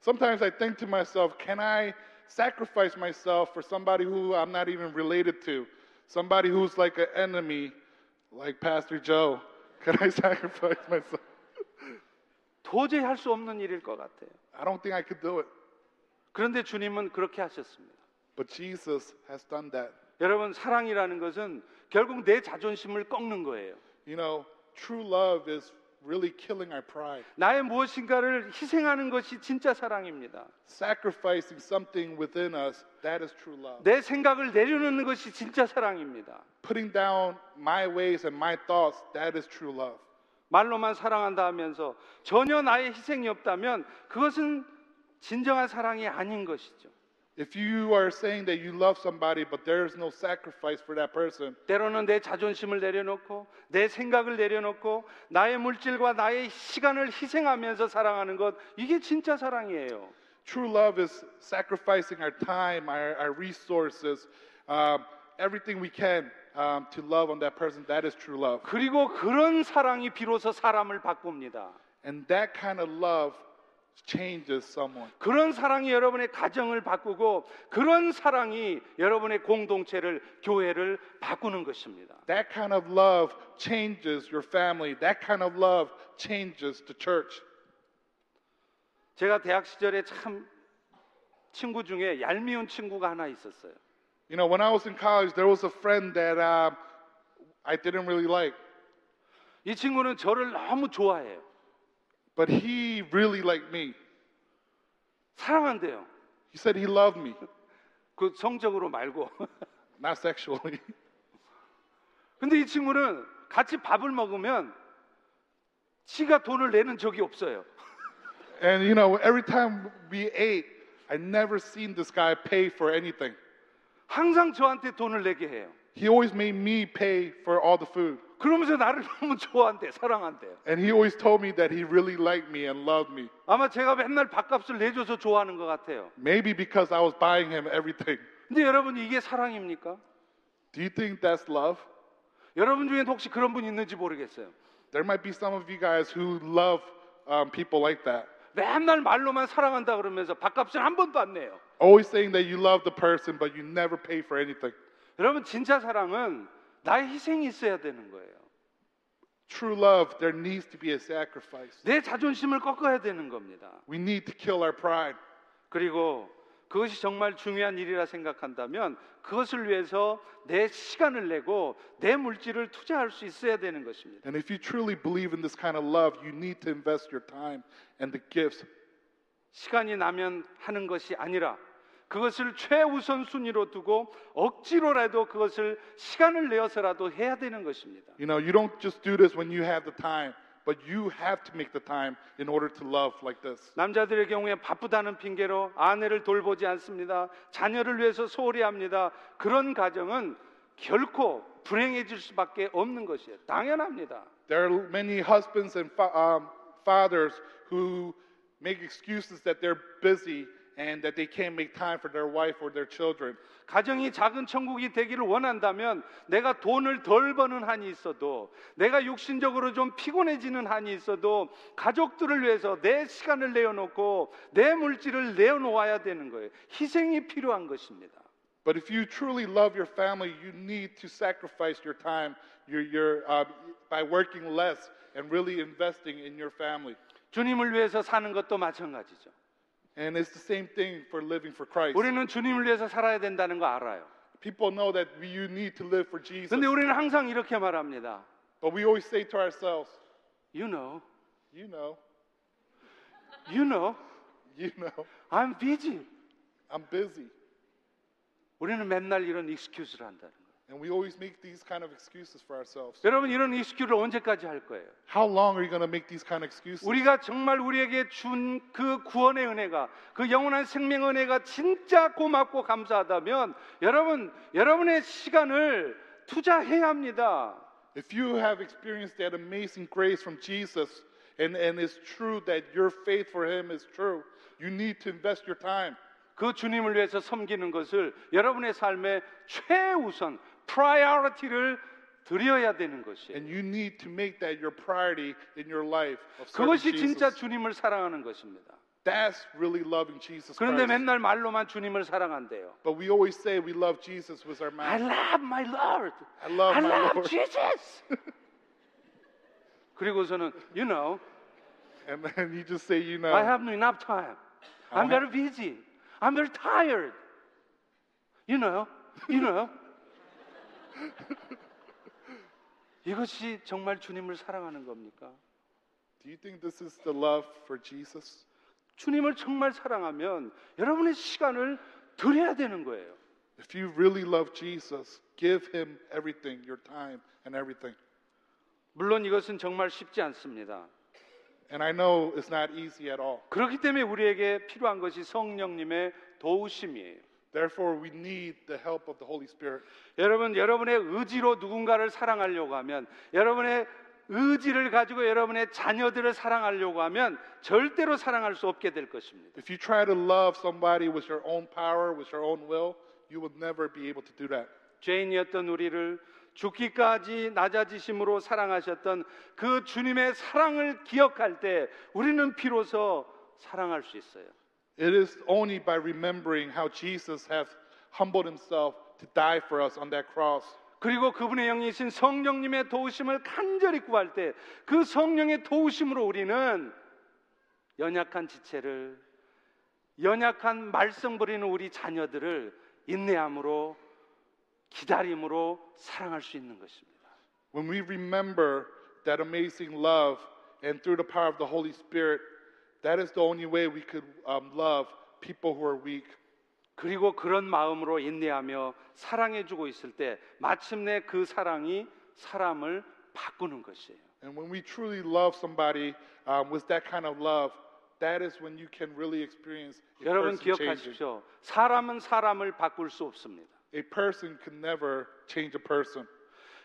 sometimes I think to myself, can I sacrifice myself for somebody who I'm not even related to? Somebody who's like an enemy, like Pastor Joe. Can I sacrifice myself?
도저히 할 수 없는 일일 것 같아요.
I don't think I could do it.
그런데 주님은 그렇게 하셨습니다.
But Jesus has done that.
여러분, 사랑이라는 것은 결국 내 자존심을 꺾는 거예요.
You know, true love is really killing our pride,
나의 무엇인가를 희생하는 것이 진짜 사랑입니다.
sacrificing something within us. That is true love.
내 생각을 내려놓는 것이 진짜 사랑입니다.
Putting down my ways and my thoughts, that is true love.
말로만 사랑한다 하면서 전혀 나의 희생이 없다면 그것은 진정한 사랑이 아닌 것이죠.
If you are saying that you love somebody, but there is no sacrifice for that person,
때로는 내 자존심을 내려놓고 내 생각을 내려놓고 나의 물질과 나의 시간을 희생하면서 사랑하는 것 이게 진짜 사랑이에요.
true love is sacrificing our time, our, our resources, um, everything we can um, to love on that person. That is true love.
그리고 그런 사랑이 비로소 사람을 바꿉니다.
And that kind of love changes someone.
그런 사랑이 여러분의 가정을 바꾸고 그런 사랑이 여러분의 공동체를 교회를 바꾸는 것입니다.
That kind of love changes your family. That kind of love changes the church.
제가 대학 시절에 참 친구 중에 얄미운 친구가 하나 있었어요.
You know, when I was in college, there was a friend that um, I didn't really like,
이 친구는 저를 너무 좋아해요.
but he really liked me.
사랑한대요.
He said he loved me,
그 성적으로 말고.
not sexually.
근데 이 친구는 같이 밥을 먹으면 지가 돈을 내는 적이 없어요.
and you know, every time we ate, I never seen this guy pay for anything.
항상 저한테 돈을 내게 해요.
He always made me pay for all the food.
그러면서 나를 너무 좋아한대, 사랑한대요.
And he always told me that he really liked me and loved me.
아마 제가 맨날 밥값을 내줘서 좋아하는 것 같아요.
Maybe because I was buying him everything.
근데 여러분 이게 사랑입니까?
Do you think that's love?
여러분 중에 혹시 그런 분 있는지 모르겠어요.
There might be some of you guys who love um, people like that.
맨날 말로만 사랑한다 그러면서 밥값은 한 번도 안 내요.
Always saying that you love the person, but you never pay for anything.
여러분 진짜 사랑은 나의 희생이 있어야 되는 거예요.
True love, there needs to be a sacrifice.
내 자존심을 꺾어야 되는 겁니다.
We need to kill our pride.
그리고 그것이 정말 중요한 일이라 생각한다면 그것을 위해서 내 시간을 내고 내 물질을 투자할 수 있어야 되는 것입니다.
And if you truly believe in this kind of love, you need to invest your time and the gifts.
시간이 나면 하는 것이 아니라 그것을 최우선 순위로 두고 억지로라도 그것을 시간을 내어서라도 해야 되는 것입니다.
You know, you don't just do this when you have the time, but you have to make the time in order to love like this.
남자들의 경우에 바쁘다는 핑계로 아내를 돌보지 않습니다. 자녀를 위해서 소홀히 합니다. 그런 가정은 결코 불행해질 수밖에 없는 것이에요. 당연합니다.
There are many husbands and fa- um, fathers who make excuses that they're busy and that they can't make time for their wife or their children.
가정이 작은 천국이 되기를 원한다면 내가 돈을 덜 버는 한이 있어도 내가 육신적으로 좀 피곤해지는 한이 있어도 가족들을 위해서 내 시간을 내어놓고 내 물질을 내어놓아야 되는 거예요. 희생이 필요한 것입니다.
But if you truly love your family, you need to sacrifice your time your, your, uh, by working less and really investing in your family.
주님을 위해서 사는 것도 마찬가지죠.
And it's the same thing for living for Christ.
우리는 주님을 위해서 살아야 된다는 거 알아요.
People know that we, you need to live for Jesus.
근데 우리는 항상 이렇게 말합니다.
But we always say to ourselves,
You know,
you know,
you know,
you know,
I'm busy.
I'm busy.
우리는 맨날 이런 익스큐즈를 한다는 거예요.
And we always make these kind of excuses for ourselves.
여러분 이런 익스큐즈를 언제까지 할 거예요?
How long are you going to make these kind of excuses?
우리가 정말 우리에게 준 그 구원의 은혜가 그 영원한 생명 은혜가 진짜 고맙고 감사하다면 여러분 여러분의 시간을 투자해야 합니다.
If you have experienced that amazing grace from Jesus and, and it's true that your faith for Him is true, you need to invest your time.
그 주님을 위해서 섬기는 것을 여러분의 삶의 최우선 프라이어리티를 드려야 되는 것이에요.
And you need to make that your priority in your life. Of serving
그것이 진짜
Jesus.
주님을 사랑하는 것입니다.
That's really loving Jesus
그런데
Christ.
맨날 말로만 주님을 사랑한대요.
But we always say we love Jesus with our
I
mouth.
love my Lord.
I love
I
my
love
Lord.
Jesus. 그리고서는 you know
And then you just say, you know,
I have enough time. I'm very busy. I'm very tired. You know, you know. 이것이 정말 주님을 사랑하는 겁니까?
do you think this is the love for Jesus?
주님을 정말 사랑하면 여러분의 시간을 드려야 되는 거예요.
If you really love Jesus, give Him everything, your time and everything.
물론 이것은 정말 쉽지 않습니다.
And I know it's not easy at all.
그렇기 때문에 우리에게 필요한 것이 성령님의 도우심이에요.
Therefore, we need the help of the Holy Spirit.
여러분, 여러분의 의지로 누군가를 사랑하려고 하면, 여러분의 의지를 가지고 여러분의 자녀들을 사랑하려고 하면 절대로 사랑할 수 없게 될 것입니다.
If you try to love somebody with your own power, with your own will, you will never be able to do that.
죄인이었던 우리를 죽기까지 낮아지심으로 사랑하셨던 그 주님의 사랑을 기억할 때 우리는 비로소 사랑할 수 있어요.
It is only by remembering how Jesus has humbled himself to die for us on that cross.
그리고 그분의 영이신 성령님의 도우심을 간절히 구할 때 그 성령의 도우심으로 우리는 연약한 지체를 연약한 말썽 부리는 우리 자녀들을 인내함으로 기다림으로 사랑할 수 있는 것입니다.
When we remember that amazing love and through the power of the Holy Spirit, that is the only way we could um, love people who are weak.
그리고 그런 마음으로 인내하며 사랑해 주고 있을 때 마침내 그 사랑이 사람을 바꾸는 것이에요.
And when we truly love somebody um, with that kind of love, that is when you can really experience a
여러분
person changing.
기억하십시오. 사람은 사람을 바꿀 수 없습니다.
A person can never change a person.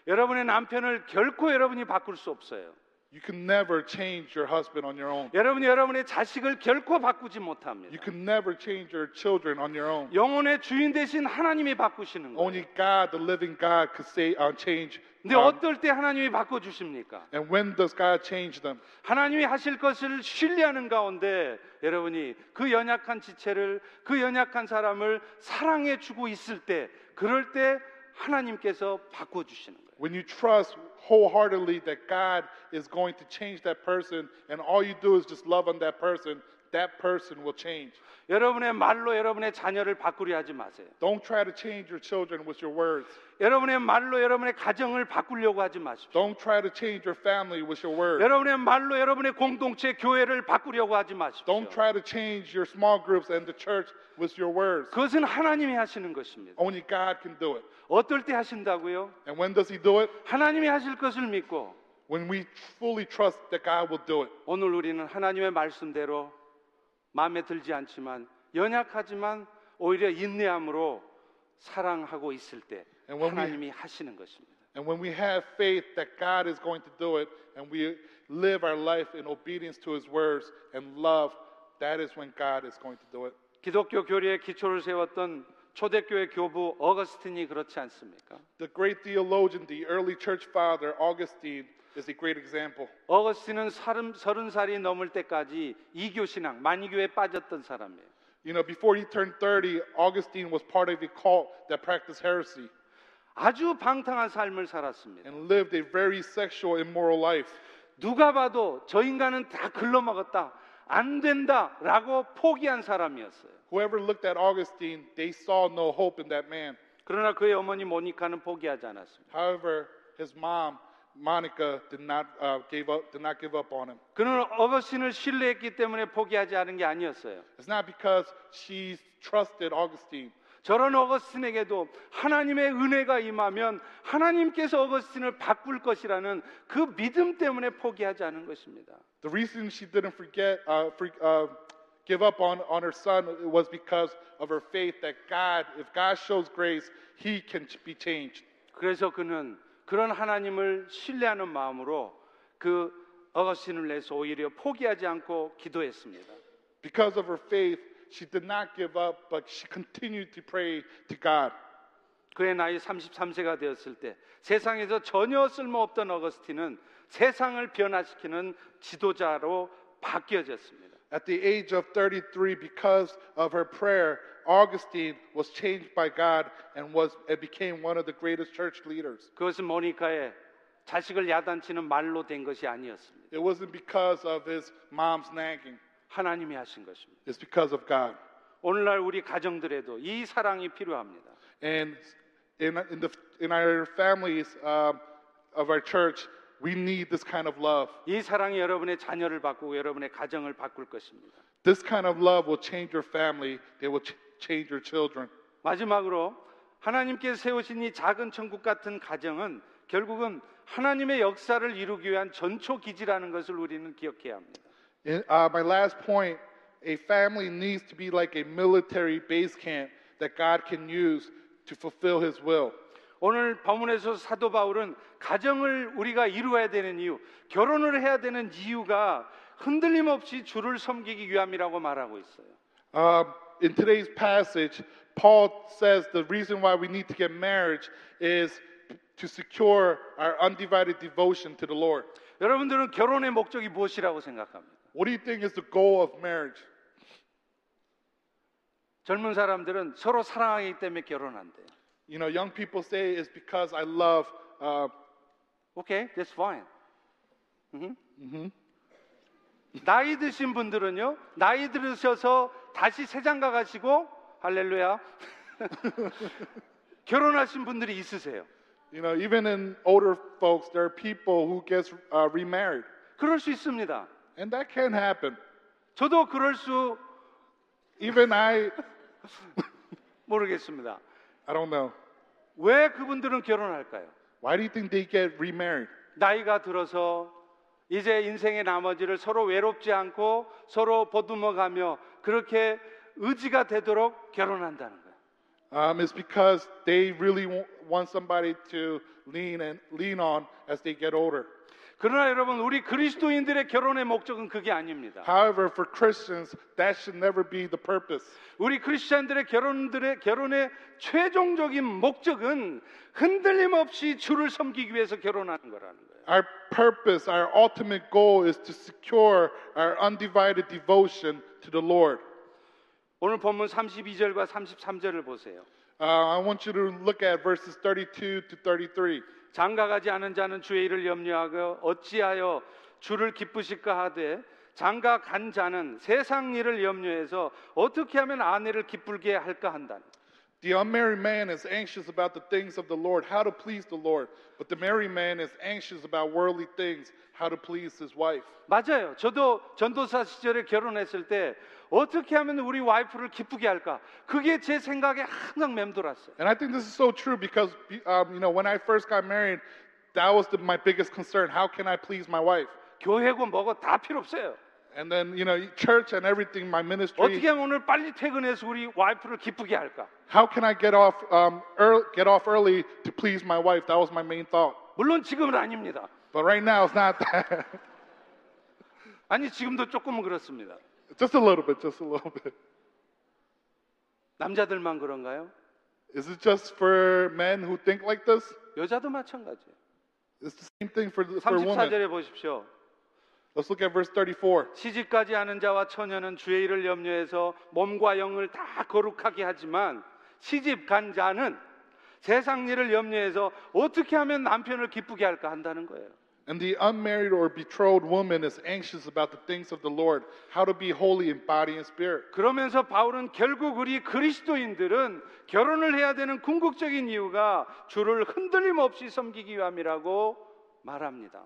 여러분의 남편을 결코 여러분이 바꿀 수 없어요.
You can never change your husband on your own.
여러분이 여러분의 자식을 결코 바꾸지
You
못합니다.
can never change your children on your own.
영혼의 주인 대신 하나님이 바꾸시는 거예요.
Only God, the living God, could say uh, change.
근데
um,
어떨 때 하나님이 바꿔 주십니까?
and when does God change them?
하나님이 하실 것을 신뢰하는 가운데 여러분이 그 연약한 지체를 그 연약한 사람을 사랑해 주고 있을 때 그럴 때 하나님께서 바꿔 주시는 거예요.
When you trust wholeheartedly that God is going to change that person, and all you do is just love on that person, that person will change.
여러분의 말로 여러분의 자녀를 바꾸려 하지 마세요.
Don't try to change your children with your words.
여러분의 말로 여러분의 가정을 바꾸려고 하지 마십시오.
Don't try to change your family with your words.
여러분의 말로 여러분의 공동체 교회를 바꾸려고 하지 마십시오.
Don't try to change your small groups and the church with your words.
그것은 하나님이 하시는 것입니다.
Only God can do it.
어떨 때 하신다고요?
And when does He do it?
하나님이 하실 것을 믿고
When we fully trust that God will do it.
오늘 우리는 하나님의 말씀대로 마음에 들지 않지만 연약하지만 오히려 인내함으로 사랑하고 있을 때
And when we-
하나님이 하시는 것입니다.
And when we have faith that God is going to do it and we live our life in obedience to His words and love, that is when God is going to do it.
기독교 교리의 기초를 세웠던 초대교회 교부 어거스틴이 그렇지 않습니까?
The great theologian, the early church father, Augustine, is a great example.
어거스틴은 서른, 서른 살이 넘을 때까지 이교 신앙, 만이교에 빠졌던 사람이에요.
You know, before he turned 30, Augustine was part of a cult that practiced heresy
아주 방탕한 삶을 살았습니다.
and lived a very sexual, immoral life.
누가 봐도 저 인간은 다 글러먹었다. 안 된다라고 포기한 사람이었어요.
Whoever looked at Augustine, they saw no hope in that man.
그러나 그의 어머니 모니카는 포기하지 않았습니다.
However, his mom, Monica, did not, uh, gave up, did not give up on him.
그는 어거스틴을 신뢰했기 때문에 포기하지 않은 게 아니었어요.
It's not because she trusted Augustine.
저런 어거스틴에게도 하나님의 은혜가 임하면 하나님께서 어거스틴을 바꿀 것이라는 그 믿음 때문에 포기하지 않은 것입니다.
The reason she didn't forget, uh, for, uh, give up on, on her son was because of her faith that God, if God shows grace, he can ch- be changed.
그래서 그는 그런 하나님을 신뢰하는 마음으로 그 어거스틴을 내서 오히려 포기하지 않고 기도했습니다.
Because of her faith, she did not give up, but she continued to pray to God.
그의 나이 33세가 되었을 때 세상에서 전혀 쓸모없던 어거스틴은 세상을 변화시키는 지도자로 바뀌어졌습니다.
At the age of 33, because of her prayer, Augustine was changed by God and was and became one of the greatest church leaders.
그것은 모니카의 자식을 야단치는 말로 된 것이 아니었습니다.
It wasn't because of his mom's nagging.
하나님이 하신 것입니다.
It's because of God.
오늘날 우리 가정들에도 이 사랑이 필요합니다.
And in, in, the, in our families um, of our church, we need this kind of love.
이 사랑이 여러분의 자녀를 바꾸고 여러분의 가정을 바꿀 것입니다.
This kind of love will change your family, they will ch- change your children.
마지막으로 하나님께서 세우신 이 작은 천국 같은 가정은 결국은 하나님의 역사를 이루기 위한 전초 기지라는 것을 우리는 기억해야 합니다.
In, uh, my last point a family needs to be like a military base camp that God can use to fulfill His will.
오늘 본문에서 사도 바울은 가정을 우리가 이루어야 되는 이유, 결혼을 해야 되는 이유가 흔들림 없이 주를 섬기기 위함이라고 말하고 있어요.
Um, in today's passage, Paul says the reason why we need to get marriage is to secure our undivided devotion to the Lord.
여러분들은 결혼의 목적이 무엇이라고 생각합니까?
What do you think is the goal of marriage?
젊은 사람들은 서로 사랑하기 때문에 결혼한대요.
You know, young people say it's because I love. Uh,
오케이, okay, that's fine. 음. 나이 드신 분들은요, 나이 들으셔서 다시 세장가 가시고 할렐루야. 결혼하신 분들이 있으세요.
you know, even in older folks, there are people who gets uh, remarried,
그럴 수 있습니다.
and that can happen.
저도 그럴 수
Even I,
모르겠습니다.
I don't know.
왜 그분들은 결혼할까요?
Why do you think they get remarried?
나이가 들어서 이제 인생의 나머지를 서로 외롭지 않고 서로 보듬어 가며 그렇게 의지가 되도록 결혼한다는 거예요.
Um, it's because they really w- want somebody to lean and lean on as they get older.
그러나 여러분, 우리 그리스도인들의 결혼의 목적은 그게 아닙니다.
However, for Christians, that should never be the purpose.
우리 크리스천들의 결혼들의 결혼의 최종적인 목적은 흔들림 없이 주를 섬기기 위해서 결혼하는 거라는 거예요.
Our purpose, our ultimate goal is to secure our undivided devotion to the Lord.
오늘 본문 32절과 33절을 보세요.
Uh, I want you to look at verses 32 to 33.
장가가지 않은 자는 주의 일을 염려하고 어찌하여 주를 기쁘실까 하되 장가 간 자는 세상 일을 염려해서 어떻게 하면 아내를 기쁘게 할까 한다니.
The unmarried man is anxious about the things of the Lord, how to please the Lord, but the married man is anxious about worldly things, how to please his wife.
맞아요. 저도 전도사 시절에 결혼했을 때 어떻게 하면 우리 와이프를 기쁘게 할까? 그게 제 생각에 항상 맴돌았어요.
And I think this is so true because, um, you know, when I first got married, that was the, my biggest concern. How can I please my wife?
교회고 뭐고 다 필요 없어요.
And then, you know, church and everything, my
어떻게
ministry.
하면 오늘 빨리 퇴근해서 우리 와이프를 기쁘게 할까?
How can I get off, um, ear get off early to please my wife? That was my main thought.
물론 지금은 아닙니다.
But right now, it's not that.
아니 지금도 조금은 그렇습니다.
just a little bit, just a little bit.
남자들만 그런가요?
Is it just for men who think like this?
여자도 마찬가지예요.
It's the same thing for, for women.
34절에 보십시오.
Let's look at verse 34.
시집까지 하는 자와 처녀는 주의 일을 염려해서 몸과 영을 다 거룩하게 하지만 시집 간 자는 세상 일을 염려해서 어떻게 하면 남편을 기쁘게 할까 한다는 거예요.
And the unmarried or betrothed woman is anxious about the things of the Lord, how to be holy in body and spirit.
그러면서 바울은 결국 우리 그리스도인들은 결혼을 해야 되는 궁극적인 이유가 주를 흔들림 없이 섬기기 위함이라고 말합니다.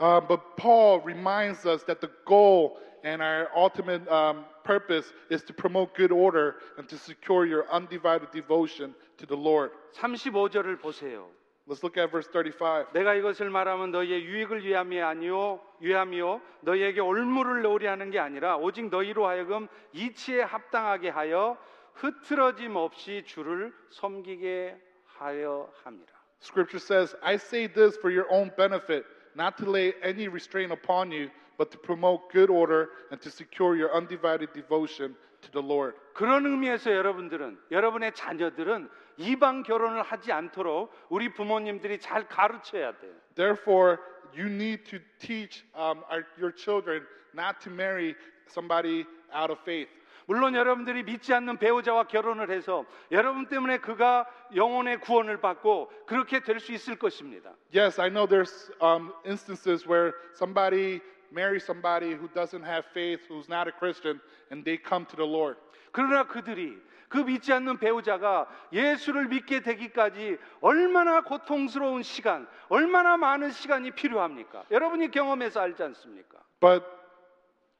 Uh, but Paul reminds us that the goal and our ultimate um, purpose is to promote good order and to secure your undivided devotion to the Lord.
35절을 보세요.
Let's look at verse 35.
내가 이것을 말하면 너희의 유익을 위함이 아니요 위함이요 너희에게 올무를 놓으리 하는 게 아니라 오직 너희로 하여금 이치에 합당하게 하여 흐트러짐 없이 주를 섬기게 하려 함이라.
Scripture says, I say this for your own benefit, not to lay any restraint upon you, but to promote good order and to secure your undivided devotion to the Lord.
그런 의미에서 여러분들은 여러분의 자녀들은 이방 결혼을 하지 않도록 우리 부모님들이 잘 가르쳐야 돼요.
Therefore, you need to teach um, our, your children not to marry somebody out of faith.
물론 여러분들이 믿지 않는 배우자와 결혼을 해서 여러분 때문에 그가 영혼의 구원을 받고 그렇게 될 수 있을 것입니다.
Yes, I know there's um, instances where somebody marries somebody who doesn't have faith, who's not a Christian, and they come to the Lord.
그러나 그들이 그 믿지 않는 배우자가 예수를 믿게 되기까지 얼마나 고통스러운 시간, 얼마나 많은 시간이 필요합니까? 여러분이 경험해서 알지 않습니까?
But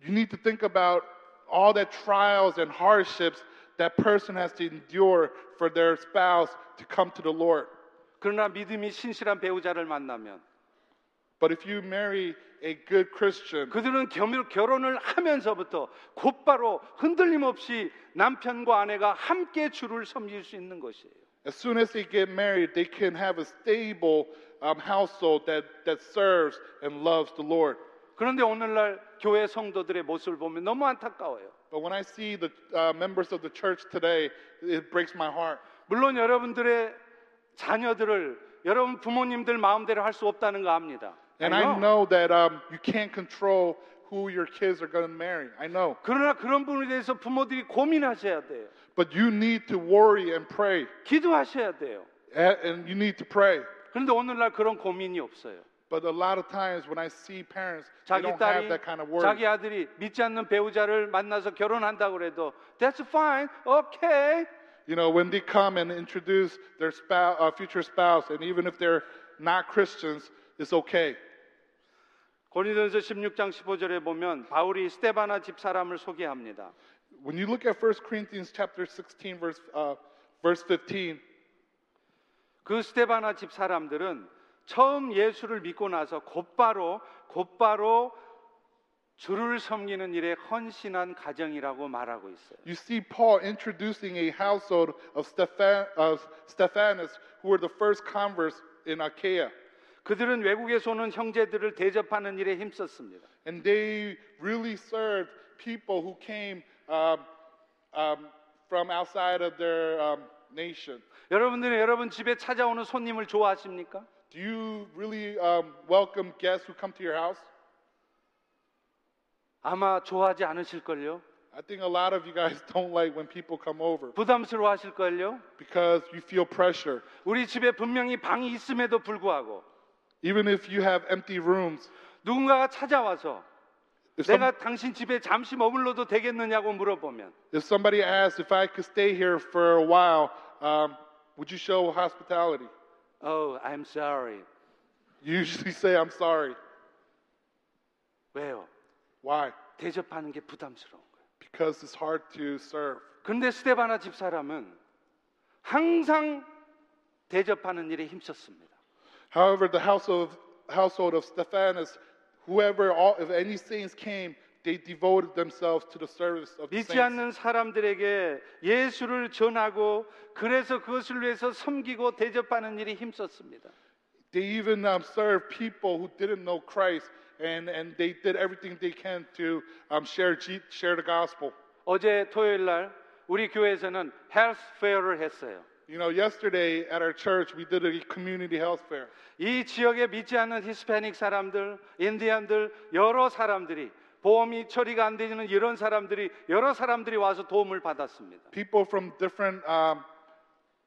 you need to think about all the trials and hardships that person has to endure for their spouse to come to the Lord.
그러나 믿음이 신실한 배우자를 만나면
But if you marry a good Christian,
그들은 겸- 결혼을 하면서부터 곧바로 흔들림 없이 남편과 아내가 함께 주를 섬길 수 있는 것이에요.
as soon as they get married, they can have a stable um, household that, that serves and loves the Lord.
그런데 오늘날 교회 성도들의 모습을 보면 너무 안타까워요.
But when I see the uh, members of the church today, it breaks my heart.
물론 여러분들의 자녀들을 여러분 부모님들 마음대로 할 수 없다는 거 압니다.
And
I
I
know.
know that um, you can't control who your kids are going to marry. I know.
그러나 그런 부분에 대해서 부모들이 고민하셔야 돼요.
But you need to worry and pray.
기도하셔야 돼요.
A- and you need to pray.
그런데 오늘날 그런 고민이 없어요.
But a lot of times when I see parents, they
자기
don't
딸이
have that kind of worry.
자기 아들이 믿지 않는 배우자를 만나서 결혼한다고 그래도 that's fine. Okay.
You know, when they come and introduce their spouse, uh, future spouse, and even if they're not Christians, it's okay.
고린도전서 16장 15절에 보면 바울이 스테바나 집사람을 소개합니다.
When you look at 1 Corinthians chapter 16, verse, uh, verse 15,
그 스테바나 집 사람들은 처음 예수를 믿고 나서 곧바로 곧바로 주를 섬기는 일에 헌신한 가정이라고 말하고 있어요.
you see Paul introducing a household of, Stephan- of Stephanus, who were the first converts in Achaia.
그들은 외국에서 오는 형제들을 대접하는 일에 힘썼습니다.
And they really served people who came um, um, from outside of their um, nation.
여러분들은 여러분 집에 찾아오는 손님을 좋아하십니까?
Do you really um, welcome guests who come to your house?
아마 좋아하지 않으실걸요?
I think a lot of you guys don't like when people come over
부담스러워하실걸요?
because you feel pressure.
우리 집에 분명히 방이 있음에도 불구하고
Even if you have empty rooms,
누군가가 찾아와서
If, some-
내가 당신 집에 잠시 머물러도 되겠느냐고 물어보면
if somebody asks if I could stay here for a while, um, would you show hospitality?
Oh, I'm sorry.
You usually say, I'm sorry.
왜요?
Why?
대접하는 게 부담스러운 거예요.
Because it's hard to serve.
그런데 스테바나 집사람은 항상 대접하는 일에 힘썼습니다.
However, the house of, household of Stephanus, whoever, all, if any saints came, they devoted themselves to the service of the
믿지
saints.
않는 사람들에게 예수를 전하고 그래서 그것을 위해서 섬기고 대접하는 일에 힘썼습니다.
They even um, served people who didn't know Christ, and, and they did everything they can to um, share, G- share the gospel.
어제 토요일 날 우리 교회에서는 헬스 페어를 했어요.
You know, yesterday at our church, we did a community health fair.
이 지역에 믿지 않는 히스패닉 사람들, 인디안들, 여러 사람들이 보험이 처리가 안 되는 이런 사람들이 여러 사람들이 와서 도움을 받았습니다.
People from different um,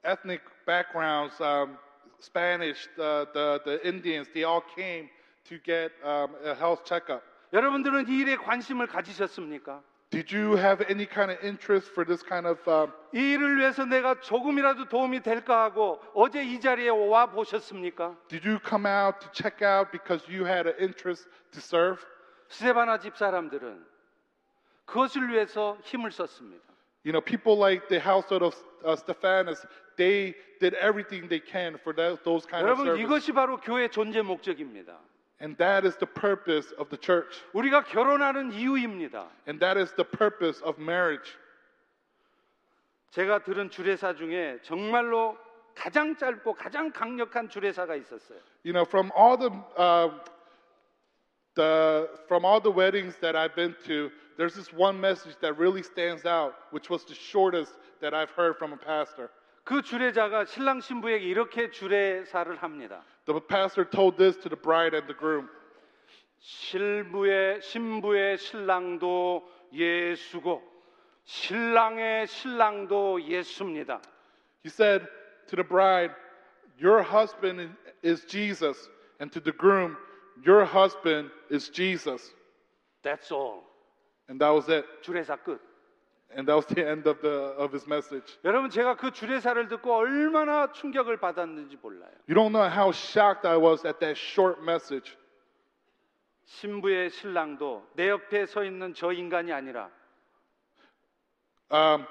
ethnic backgrounds, um, Spanish, the, the, the Indians, they all came to get um, a health checkup.
여러분들은 이 일에 관심을 가지셨습니까?
Did you have any kind of interest for this kind of um,
이 일을 위해서 내가 조금이라도 도움이 될까 하고 어제 이 자리에 와 보셨습니까?
Did you come out to check out because you had an interest to serve?
스테바나 집 사람들은 그것을 위해서 힘을 썼습니다.
You know, people like the household of uh, Stephanus, they did everything they can for that, those kind of
여러분
service.
이것이 바로 교회 존재 목적입니다.
And that is the purpose of the church.
우리가 결혼하는 이유입니다.
And that is the purpose of marriage.
제가 들은 주례사 중에 정말로 가장 짧고 가장 강력한 주례사가 있었어요.
You know, from all the, uh, the, from all the weddings that I've been to, there's this one message that really stands out, which was the shortest that I've heard from a pastor.
그 주례자가 신랑 신부에게 이렇게 주례사를 합니다.
The pastor told this to the bride and the groom.
신부의 신부의 신랑도 예수고 신랑의 신랑도 예수입니다.
He said to the bride, Your husband is Jesus. And to the groom, Your husband is Jesus.
That's all.
And that was it.
주례사 끝.
And that was the end of, the, of his message.
여러분 제가 그 주례사를 듣고 얼마나 충격을 받았는지 몰라요.
You don't know how shocked I was at that short message.
신부의 신랑도 내 옆에 서 있는 저 인간이 아니라
Um,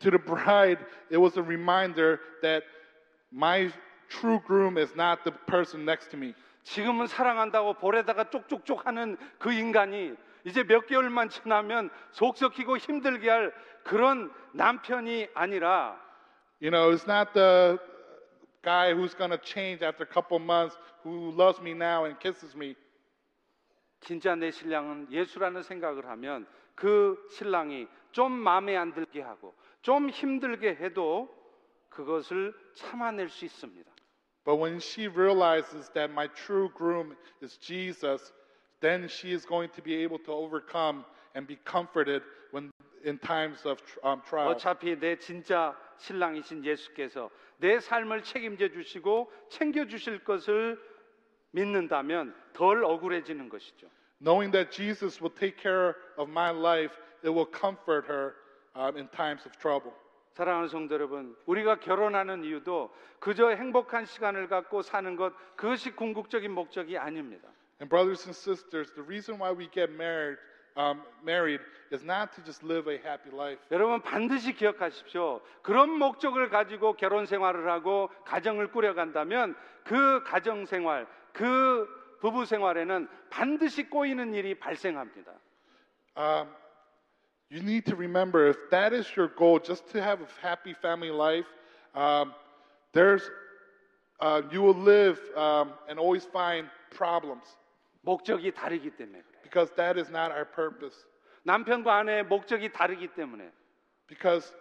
to the bride, it was a reminder that my true groom is not the person next to me.
지금은 사랑한다고 볼에다가 쪽쪽쪽 하는 그 인간이 이제 몇 개월만 지나면 속 썩히고 힘들게 할 그런 남편이 아니라
You know, it's not the guy who's going to change after a couple months who loves me now and kisses me.
진짜 내 신랑은 예수라는 생각을 하면 그 신랑이 좀 마음에 안 들게 하고 좀 힘들게 해도 그것을 참아낼 수 있습니다.
But when she realizes that my true groom is Jesus, then she is going to be able to overcome and be comforted when in times of tr- um, trial.
어차피 내 진짜 신랑이신 예수께서 내 삶을 책임져 주시고 챙겨 주실 것을 믿는다면 덜 억울해지는 것이죠.
Knowing that Jesus will take care of my life, it will comfort her um, in times of trouble.
사랑하는 성도 여러분, 우리가 결혼하는 이유도 그저 행복한 시간을 갖고 사는 것 그것이 궁극적인 목적이 아닙니다.
And brothers and sisters, the reason why we get married, um, married is not to just live a happy life.
여러분 반드시 기억하십시오. 그런 목적을 가지고 결혼 생활을 하고 가정을 꾸려간다면 그 가정 생활, 그 부부 생활에는 반드시 꼬이는 일이 발생합니다.
Um, you need to remember if that is your goal, just to have a happy family life, um, there's, uh, you will live um, and always find problems
목적이 다르기 때문에 그래요.
because that is not our purpose.
남편과 아내의 목적이 다르기 때문에
Because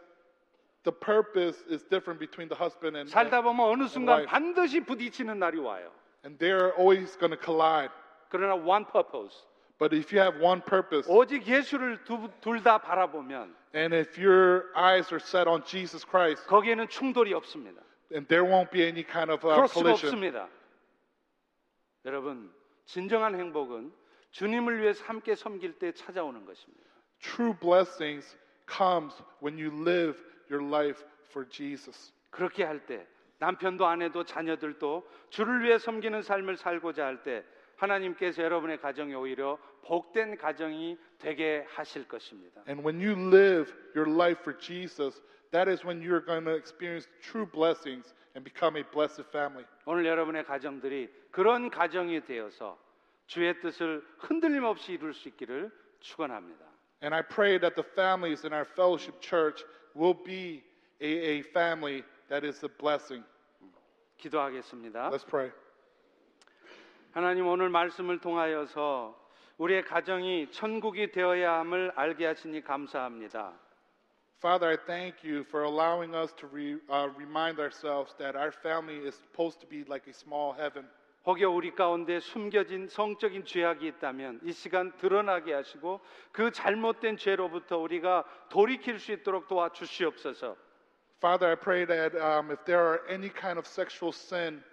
the purpose is different between the husband and
살다 보면 어느 순간
와이프.
반드시 부딪히는 날이 와요.
and they're always going to collide.
그러나 one purpose.
But if you have one purpose
오직 예수를 둘 다 바라보면
and if your eyes are set on Jesus Christ,
거기에는 충돌이 없습니다.
and there won't be any kind of uh,
크로스가
collision.
없습니다. 여러분, 진정한 행복은 주님을 위해서 함께 섬길 때 찾아오는 것입니다.
True blessings comes when you live your life for Jesus.
그렇게 할 때 남편도 아내도 자녀들도 주를 위해 섬기는 삶을 살고자 할 때 하나님께서 여러분의 가정이 오히려 복된 가정이 되게 하실 것입니다.
And when you live your life for Jesus, that is when you're going to experience true blessings and become a blessed family.
오늘 여러분의 가정들이 그런 가정이 되어서 주의 뜻을 흔들림 없이 이룰 수 있기를 축원합니다.
And I pray that the families in our fellowship church will be a, a family that is a blessing.
기도하겠습니다.
Let's pray.
하나님 오늘 말씀을 통하여서 우리의 가정이 천국이 되어야 함을 알게 하시니 감사합니다.
Father, I thank you for allowing us to re, uh, remind ourselves that our family is supposed to be like a small heaven.
혹여 우리 가운데 숨겨진 성적인 죄악이 있다면 이 시간 드러나게 하시고 그 잘못된 죄로부터 우리가 돌이킬 수 있도록 도와주시옵소서.
Father, I pray that um, if there are any kind of sexual sin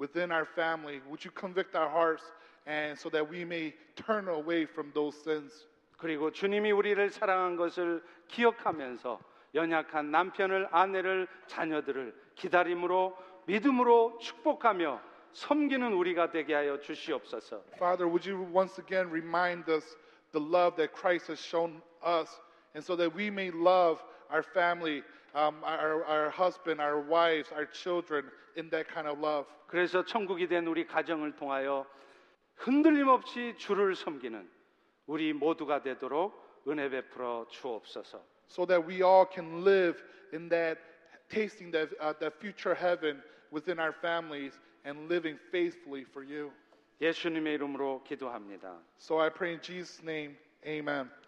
within our family, would you convict our hearts and so that we may turn away from those sins?
그리고 주님이 우리를 사랑한 것을 기억하면서 연약한 남편을 아내를 자녀들을 기다림으로 믿음으로 축복하며 섬기는 우리가 되게 하여 주시옵소서.
Father, would you once again remind us the love that Christ has shown us, and so that we may love our family, um, our, our husband, our wives, our children in that kind of love.
그래서 천국이 된 우리 가정을 통하여 흔들림 없이 주를 섬기는 우리 모두가 되도록 은혜 베풀어 주옵소서.
so that we all can live in that tasting that, uh, that future heaven within our families and living faithfully for you.
예수님의 이름으로 기도합니다.
So I pray in Jesus' name, amen.